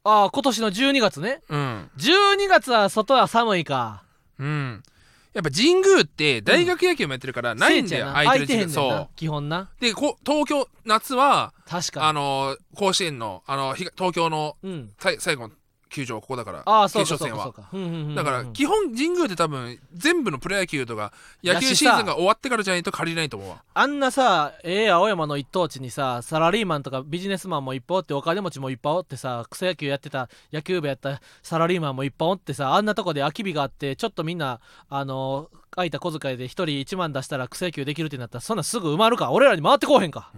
S2: ああ今年の12月ね
S1: うん
S2: 12月は外は寒いか
S1: うんやっぱ神宮って大学野球もやってるからないんだよ、
S2: 聖地や
S1: 空いてる時
S2: へん
S1: 間
S2: ねん
S1: そ
S2: な
S1: う
S2: 基本な
S1: でこ東京夏は
S2: 確か
S1: あ
S2: に
S1: のー甲子園のあのひが東京の
S2: うん
S1: さい最後の球場ここだから
S2: ああそう
S1: 決
S2: か
S1: 勝
S2: そう
S1: 戦
S2: かそ
S1: は
S2: うかうんうんうんうん
S1: だから基本神宮って多分全部のプロ野球とか野球シーズンが終わってからじゃないと借りれないと思うわ
S2: あんなさええ青山の一等地にさサラリーマンとかビジネスマンもいっぱいおってお金持ちもいっぱいおってさ草野球やってた野球部やったサラリーマンもいっぱいおってさあんなとこで空き日があってちょっとみんなあの空いた小遣いで一人1万出したら草野球できるってなったらそんなんすぐ埋まるか俺らに回ってこうへんか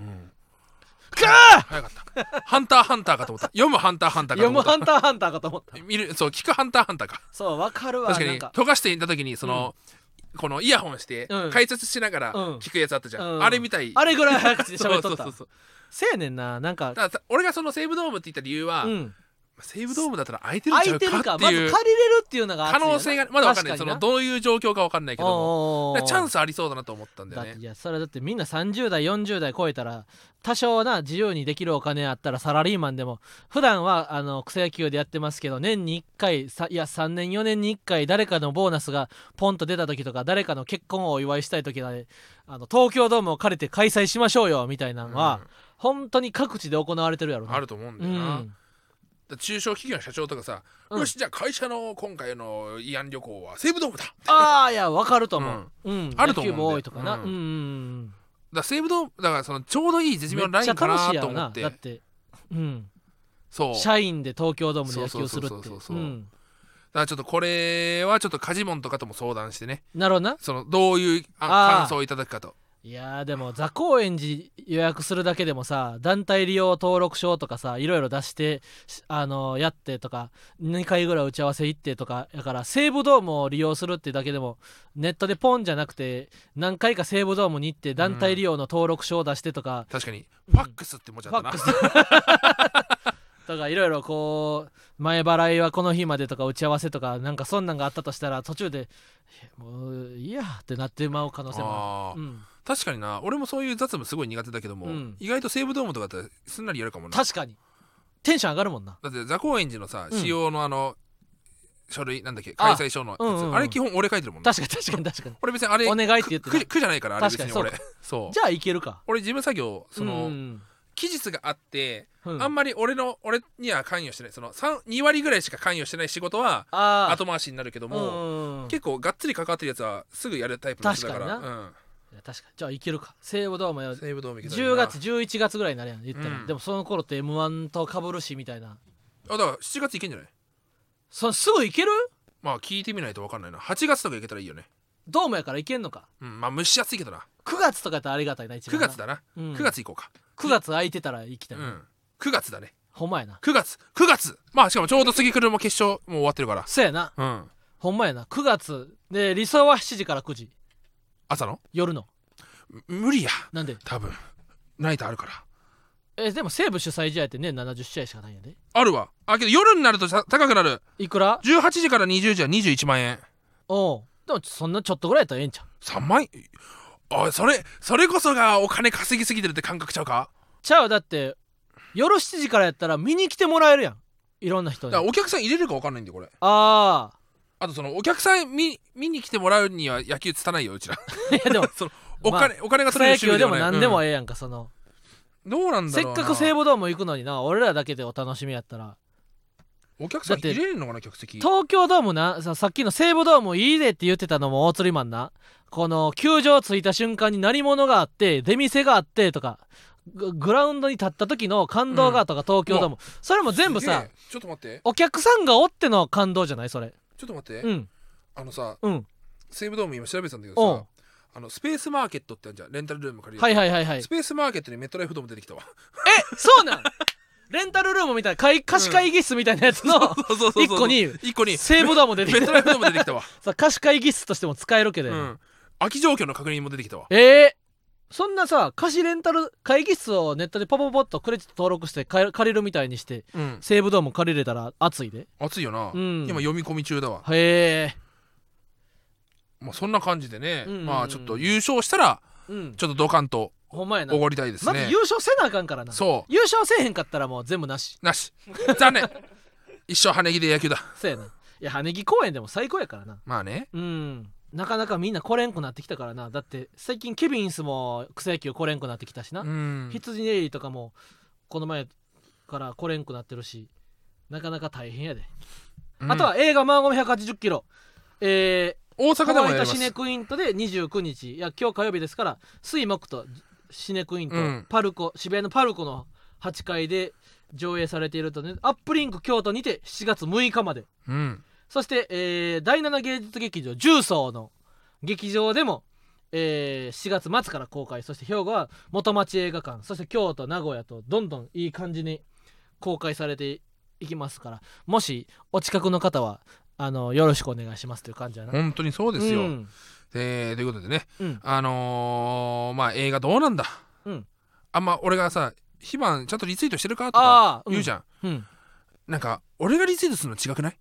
S1: 早かったハンターハンターかと思った読むハンターハンターかと
S2: 読
S1: 思
S2: む
S1: った
S2: ハンターハンターかと思った
S1: 見るそう聞くハンターハンターか
S2: そうわかるわ
S1: 確か
S2: なん
S1: に
S2: か
S1: 溶かしていた時にその、このイヤホンして
S2: うん
S1: 解説しながら
S2: うん
S1: 聞くやつあったじゃん、
S2: うん
S1: あれみたい
S2: あれぐらい早口で喋っとった
S1: そうそうそう
S2: せやねんななんか
S1: たださ俺がその西武ドームって言った理由は、
S2: うん
S1: 西武ドームだったら空いてるんち
S2: 空
S1: ゃ
S2: いうてる
S1: か
S2: か
S1: って
S2: まず借
S1: い
S2: りれ
S1: う
S2: るっていうのが
S1: 可能性がまだわかんないその
S2: う
S1: どういう状況かわかんないけどもだからチャンスありそうだなと思ったんだ
S2: だ
S1: よ
S2: って
S1: ね
S2: いやそれだってみんな30代40代超えたら多少な自由にできるお金あったらサラリーマンでも普段はあの草野球でやってますけど年に1回さいや3年4年に1回誰かのボーナスがポンと出た時とか誰かの結婚をお祝いしたい時なんであの東京ドームを借りて開催しましょうよみたいなのは、
S1: うん
S2: 本当に各地で行われてるやろな
S1: あると思うんだよな、だから中小企業の社長とかさ、
S2: うん
S1: よしじゃあ会社の今回の慰安旅行は西武ドームだだか
S2: ああいや分かると思う、うん
S1: あると思うんだよ
S2: 野球も多いとかな、
S1: うん
S2: うんうんうん
S1: ら西武ドームだからそのちょうどいい絶妙なラインかなと思っ
S2: めっちゃ楽しいやろなだ
S1: て
S2: ってうん
S1: そう
S2: 社員で東京ドームで野球する
S1: そ
S2: っ
S1: う
S2: て
S1: そうそうそうそう
S2: うん
S1: だからちょっとこれはちょっとカジモンとかとも相談してね
S2: なるほどな
S1: そのどういう
S2: あ
S1: あ
S2: ー
S1: 感想をいただくかと
S2: いやーでも座高円寺予約するだけでもさ団体利用登録証とかさいろいろ出してしあのーやってとか2回ぐらい打ち合わせ行ってとかだから西武ドームを利用するってだけでもネットでポンじゃなくて何回か西武ドームに行って団体利用の登録証を出してとか、
S1: 確かに
S2: うん
S1: ファックスって持ちゃ
S2: フ
S1: ったな、
S2: ァックス [laughs] とかいろいろこう前払いはこの日までとか打ち合わせとかなんかそんなんがあったとしたら途中で「もういいや」ってなってまう可能性も
S1: あ
S2: あ
S1: ー
S2: る、うん、
S1: 確かにな俺もそういう雑務すごい苦手だけども、
S2: うん
S1: 意外と西武ドームとかだったらすんなりやるかもな
S2: 確かにテンション上がるもんな
S1: だって座高円寺のさ
S2: うん
S1: 使用のあの、書類なんだっけ開
S2: あ
S1: 催書のやつあ,、
S2: うんうんうん
S1: れ基本俺書いてるもんな
S2: 確かに確かに確かに
S1: 俺別にあれ
S2: お願いって言って
S1: く
S2: な
S1: 苦じゃないからあれ別に
S2: 確
S1: 俺 [laughs]
S2: か
S1: そう
S2: じゃあいけるか
S1: 俺事務作業その、
S2: うん
S1: 期日があって、
S2: うん
S1: あんまり俺の俺には関与してないその2割ぐらいしか関与してない仕事は
S2: あ
S1: 後回しになるけど
S2: あうん
S1: も、
S2: うんうん
S1: 結構がっつり関わってるやつはすぐやるタイプの人だから
S2: 確か
S1: うん、
S2: いや確かにじゃあいけるか西武ドームよ
S1: 西武ドーム行けたらいい
S2: 10
S1: な
S2: 月11月ぐらいになるやん言ったら、
S1: うん
S2: でもその頃って m 1とかぶるしみたいな
S1: あだから7月いけんじゃない
S2: そすぐ行ける
S1: まあ聞いてみないと分かんないな8月とかいけたらいいよね
S2: ドームやから行けんのか
S1: うんまあ蒸し暑いけどな
S2: 9月とかやったらありがたいな一
S1: 9
S2: 番
S1: 月だな、
S2: うん
S1: 9月行こうか
S2: 9月空いてたら行きたい、
S1: うん9月だね
S2: ほんまやな
S1: 9月9月まあしかもちょうど次来るも決勝もう終わってるから
S2: そやな
S1: うん
S2: ほんまやな9月で理想は7時から9時
S1: 朝の
S2: 夜の
S1: む無理や
S2: なんで
S1: 多分ナイターあるから
S2: えでも西武主催試合ってね70試合しかないんやで
S1: あるわあけど夜になるとさ高くなる
S2: いくら
S1: 18時から20時は21万円
S2: おうでもそんなちょっとぐらいやったらええんちゃう
S1: 3万円おいそれそれこそがお金稼ぎすぎてるって感覚ちゃうか
S2: ちゃうだって夜7時からやったら見に来てもらえるやんいろんな人
S1: だ
S2: に
S1: から
S2: あ
S1: お客さん入れるか分かんないんでこれ
S2: あ
S1: あとそのお客さん見見に来てもらうには野球つたないようち
S2: [laughs]
S1: ら
S2: ーいやでも
S1: [laughs] そのお金、お金が
S2: 草
S1: それ
S2: 野球でも
S1: な
S2: 何でもええやんかその
S1: どうなんだ
S2: せ
S1: ろう
S2: っ
S1: な
S2: かく西武ドーム行くのにな俺らだけでお楽しみやったら
S1: お客さん
S2: だって
S1: 入れるのかな客席
S2: 東京ドームなささっきの西武ドームいいでって言ってたのも大釣りマンなこの球場着いた瞬間に鳴り物があって出店があってとかググラウンドに立った時の感動がとか東京ドーム、
S1: う
S2: それも全部
S1: す
S2: さ
S1: げえちょっと待って
S2: お客さんがおっての感動じゃないそれ
S1: ちょっと待って、
S2: うん
S1: あのさ
S2: うん
S1: 西武ドーム今調べてたんだけ
S2: お
S1: ど
S2: う
S1: さあのスペースマーケットってあるじゃんレンタルルーム借りる、
S2: はいは
S1: [laughs]
S2: いはいはい
S1: スペースマーケットにメットライフドーム出てきた
S2: [laughs]
S1: わ
S2: えそうなんレンタルルームみたいな貸貸し会議室みたいなやつの
S1: そうそう
S2: 一個に
S1: 一個に
S2: 西武ドーム出
S1: [laughs]
S2: て
S1: メ
S2: き
S1: ット
S2: た
S1: ライフドーム出てきたわ、
S2: [laughs] さ貸し会議室としても使えるけど
S1: う、
S2: やなん
S1: 空き状況の確認も出てきたわ
S2: えー、そんなさ貸しレンタル会議室をネットでパパパッとクレジット登録して借り借りるみたいにして
S1: うん
S2: 西武ドーム借りれたら熱いで
S1: 熱いよな、
S2: うん
S1: 今読み込み中だわ、
S2: へえ
S1: まあ、そんな感じでね、
S2: うんうんうん
S1: まあちょっと優勝したら
S2: うん
S1: ちょっとドカンと
S2: ほんまやな
S1: おごりたいですね
S2: まず優勝せなあかんからな
S1: そ
S2: 優勝せえへんかったらもう全部なし
S1: うなし [laughs] 残念一生羽ねぎで野球だ
S2: せやないや羽木公園でも最高やからな
S1: まあね
S2: うんなかなかみんな来れんくなってきたからなだって最近ケビンスも草野球来れんくなってきたしな、
S1: うん
S2: 羊ネイリーとかもこの前から来れんくなってるしなかなか大変やであと
S1: うん
S2: は映画「マンゴミ180キロ」え
S1: 大
S2: ー、
S1: 阪でも
S2: 乾
S1: や
S2: い
S1: り
S2: た
S1: ま
S2: シネ
S1: す
S2: クイントで29日いや今日火曜日ですから水木とシネクイント、
S1: うん
S2: パルコ渋谷のパルコの8階で上映されているとねアップリンク京都にて7月6日まで
S1: うん
S2: そして、えー第7芸術劇場重曹の劇場でも、えー4月末から公開そして兵庫は元町映画館そして京都名古屋とどんどんいい感じに公開されていきますからもしお近くの方はあのよろしくお願いしますという感じやな。
S1: 本当にそうですよ、
S2: うん
S1: えーということでね、
S2: うん
S1: あのーまあ映画どうなんだ、
S2: うん
S1: あんま俺がさ「非番ちゃんとリツイートしてるか?」とか
S2: ああ、
S1: 言うじゃん、
S2: うん、
S1: なんか俺がリツイートするの違くない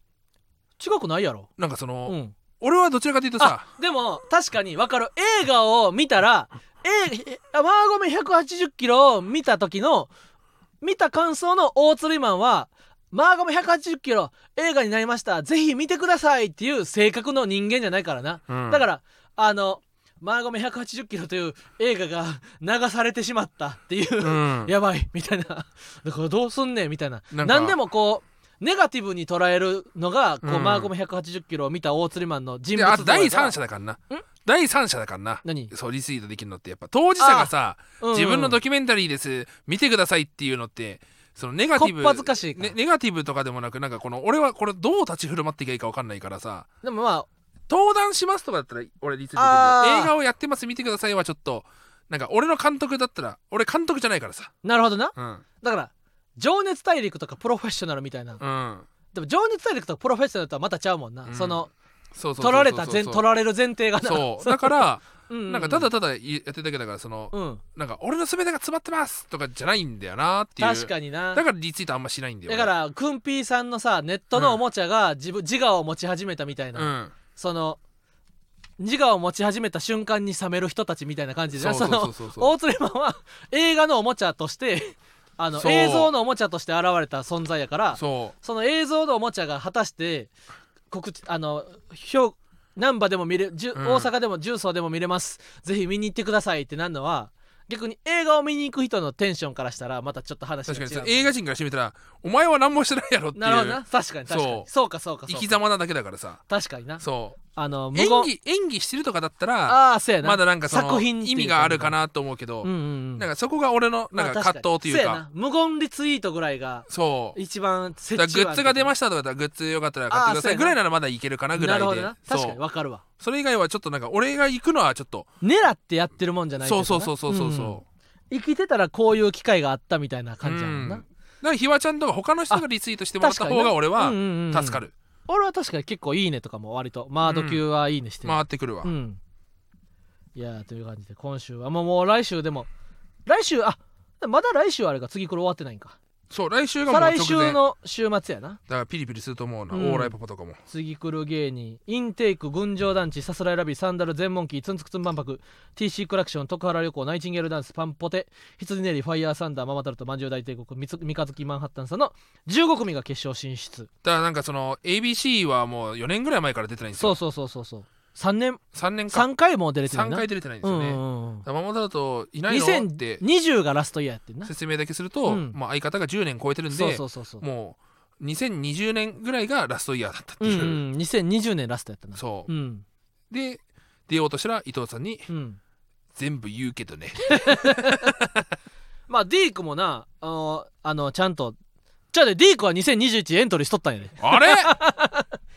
S2: 違くないやろ。
S1: なんかその、
S2: うん、
S1: 俺はどちらかというとさ
S2: あでも確かに分かる映画を見たら「えマーゴメ180キロ」を見た時の見た感想の大釣りマンは「マーゴメ180キロ映画になりましたぜひ見てください」っていう性格の人間じゃないからな、
S1: うん
S2: だからあの「マーゴメ180キロ」という映画が流されてしまったっていう、
S1: うん
S2: やばいみたいな [laughs] だからどうすんねんみたいな
S1: な
S2: なんん
S1: か
S2: でもこうネガティブに捉えるのがこう、
S1: うん
S2: マーゴメ180キロを見た大釣りマンの人
S1: で
S2: 物
S1: あと
S2: 像やから
S1: 第三者だからな第三者だからな
S2: 何
S1: そうリツイートできるのってやっぱ当事者がさ、
S2: うんうん
S1: 自分のドキュメンタリーです見てくださいっていうのってそのネガティブ
S2: こっぱずかしいから
S1: ねネガティブとかでもなくなんかこの俺はこれどう立ち振る舞っていけばいいか分かんないからさ
S2: でもま
S1: 登壇しますとかだったら俺リツイートできるけど
S2: あー
S1: 映画をやってます見てくださいはちょっとなんか俺の監督だったら俺監督じゃないからさ
S2: あなるほどな
S1: うん
S2: だから情熱大陸とかプロフェッショナルみたいな、
S1: うん
S2: でも情熱大陸とプロフェッショナルとはまたちゃうもんな、
S1: うん
S2: その
S1: そうそうそうそう
S2: 取られた前取
S1: そう
S2: られる前提がな
S1: そうだから
S2: [laughs] うう
S1: なんかただただやってるだけだからその
S2: うん
S1: なんか俺の全てが詰まってますとかじゃないんだよなっていう
S2: 確かにな
S1: だからリツイートあんましないんだよ
S2: だからグンピーさんのさネットのおもちゃが自分自我を持ち始めたみたいな、
S1: うん
S2: その自我を持ち始めた瞬間に冷める人たちみたいな感じでな
S1: そう
S2: そ
S1: そうそ
S2: の
S1: うそう
S2: 大鶴マンは映画のおもちゃとしてあの
S1: そう
S2: 映像のおもちゃとして現れた存在やから
S1: そ
S2: その映像のおもちゃが果たして告知あの表難波でも見れじゅ、
S1: うん
S2: 大阪でも重曹でも見れますぜひ見に行ってくださいってなるのは逆に映画を見に行く人のテンションからしたらまたちょっと
S1: う
S2: 話が
S1: 確
S2: 違
S1: か
S2: う
S1: にその映画人からしてみたらお前は何もしてないやろってい
S2: なるほど
S1: う
S2: な確かに確か
S1: そ
S2: にそううかそうかそうか
S1: 生き様なだけだからさ
S2: 確かにな
S1: そう
S2: あの無
S1: 演
S2: 言
S1: 技演技してるとかだったら
S2: ああそうやな
S1: まだなんかそ
S2: 作
S1: の
S2: 品ってい
S1: 意
S2: う
S1: 味があるかなと思うけど、
S2: うんうんうん
S1: なんかそこが俺のなんか
S2: まあ
S1: 葛
S2: 確に
S1: 藤という
S2: そ
S1: か,、
S2: やな無言リツイートぐらいが
S1: そう
S2: 一番設
S1: だか
S2: 置
S1: らグッズが出ま
S2: し
S1: したとかだったらグッズよかったら買ってくださ
S2: あーそうや
S1: い
S2: な
S1: ぐらいならまだいけるかなぐらい
S2: なるほど
S1: で
S2: な確か
S1: そ
S2: に
S1: う
S2: わかるわ
S1: それ以外はちょっとなんか俺が行くのはちょっと
S2: 狙ってやってるもんじゃないけど
S1: そう
S2: な
S1: そうそうそうそうそう、
S2: んん生きてたらこういう機会があったみたいな感じやもん
S1: う
S2: なん
S1: だからひわちゃんとか他の人がリツイートしてもらった
S2: 確かに
S1: 方
S2: な
S1: が俺は
S2: うんうんうんうん
S1: 助かる、
S2: 俺は確かに結構いいねとかも割とマード級はいいねしてる
S1: 回ってくるわ、
S2: うんいやーという感じで今週はもうもう来週でも来週あまだ来週はあれか次これ終わってないんか
S1: そう来週がも
S2: 再
S1: う直
S2: 来
S1: 前
S2: 週
S1: だか
S2: の週末やな
S1: らピリピリすると思うな、
S2: うん
S1: オーライパパとかも
S2: 次来る芸人インテーク群青団地さすら選びサンダル全問キーツンツクツン万博 TC クラクション徳原旅行ナイチンゲールダンスパンポテ羊ネリファイヤーサンダーママタルトまんじゅう大帝国みつ三日月マンハッタンさんの15組が決勝進出
S1: だからなんかその ABC はもう4年ぐらい前から出てないんです
S2: そう
S1: よ
S2: そうそうそうそう3年
S1: 3年間
S2: 3回も出れてない
S1: 3
S2: な
S1: 回出れてないんですよね、
S2: うんうんうん
S1: だからママタルトいないのって
S2: 2020がラストイヤーやってんな
S1: 説明だけすると、
S2: うん
S1: まあ、相方が10年超えてるんで
S2: そうそうそうそう
S1: もう2020年ぐらいがラストイヤーだったって
S2: うん
S1: いう、
S2: うん、2020年ラストやったな
S1: そう、
S2: うん
S1: で出ようとしたら伊藤さんに
S2: うん
S1: 「全部言うけど
S2: [laughs]
S1: ね
S2: まあディークもなあのあのちゃんとじゃあねディークは2021エントリーしとったんやで」
S1: あれ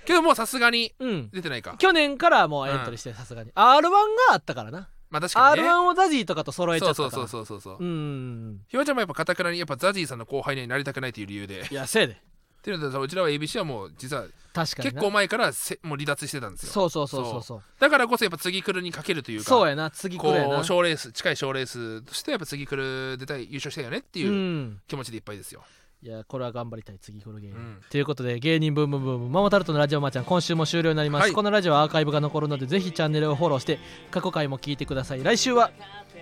S1: けどもうさすがに
S2: うん
S1: 出てないか
S2: 去年からもうエントリーしてさすがに R1 があったからな
S1: まあ確かにね
S2: R1 をダジーとかと揃えちゃ
S1: そ
S2: っ
S1: う
S2: たか
S1: そう
S2: ら
S1: そうそうそうそう、
S2: うんうん
S1: ひわちゃんもやっぱかたくなにやっぱザジーさんの後輩になりたくないという理由でっ
S2: いやせいで
S1: ていうのでうちらは ABC はもう実は
S2: 確かに
S1: 結
S2: な
S1: 構前からせもう離脱してたんですよ
S2: そうそうそうそうそう
S1: だからこそやっぱ次来るにかけるというか
S2: そうやな次く
S1: こ
S2: らやな
S1: う賞レース近い賞レースとしてやっぱ次来る出たい優勝したいよねって
S2: う
S1: いうん気持ちでいっぱいですよ、
S2: いやこれは頑張りたい次このゲーム、
S1: うん
S2: ということで芸人ブームブームママタルトのラジオマーちゃん今週も終了になります、
S1: はい
S2: このラジオはアーカイブが残るのでぜひチャンネルをフォローして過去回も聞いてください来週は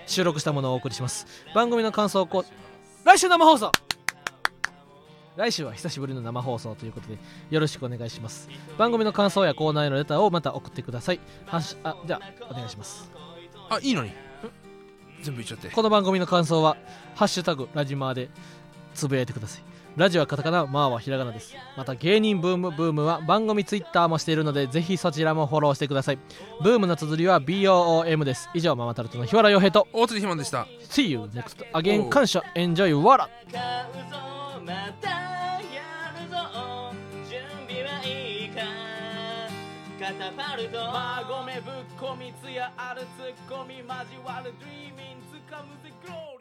S2: 収録したものをお送りします番組の感想をこう来週生放送来週は久しぶりの生放送ということでよろしくお願いします番組の感想やコーナーへのレターをまた送ってくださいはしあじゃあお願いします
S1: あいいのに全部言っちゃって
S2: この番組の感想は「ハッシュタグラジマー」でつぶやいてくださいラジオはカタカナマーはひらがなですまた芸人ブームブームは番組ツイッターもしているのでぜひそちらもフォローしてくださいブームの綴りは BOOM です以上ママタルトの日原洋平と
S1: 大鶴ひまんでした
S2: See you next again 感謝 Enjoy わら
S5: 買うぞまたやるぞ準備はいいかカタパルト
S6: まあごめんぶっこみつやあるツッコミ交わる Dreaming つかむぜ Glory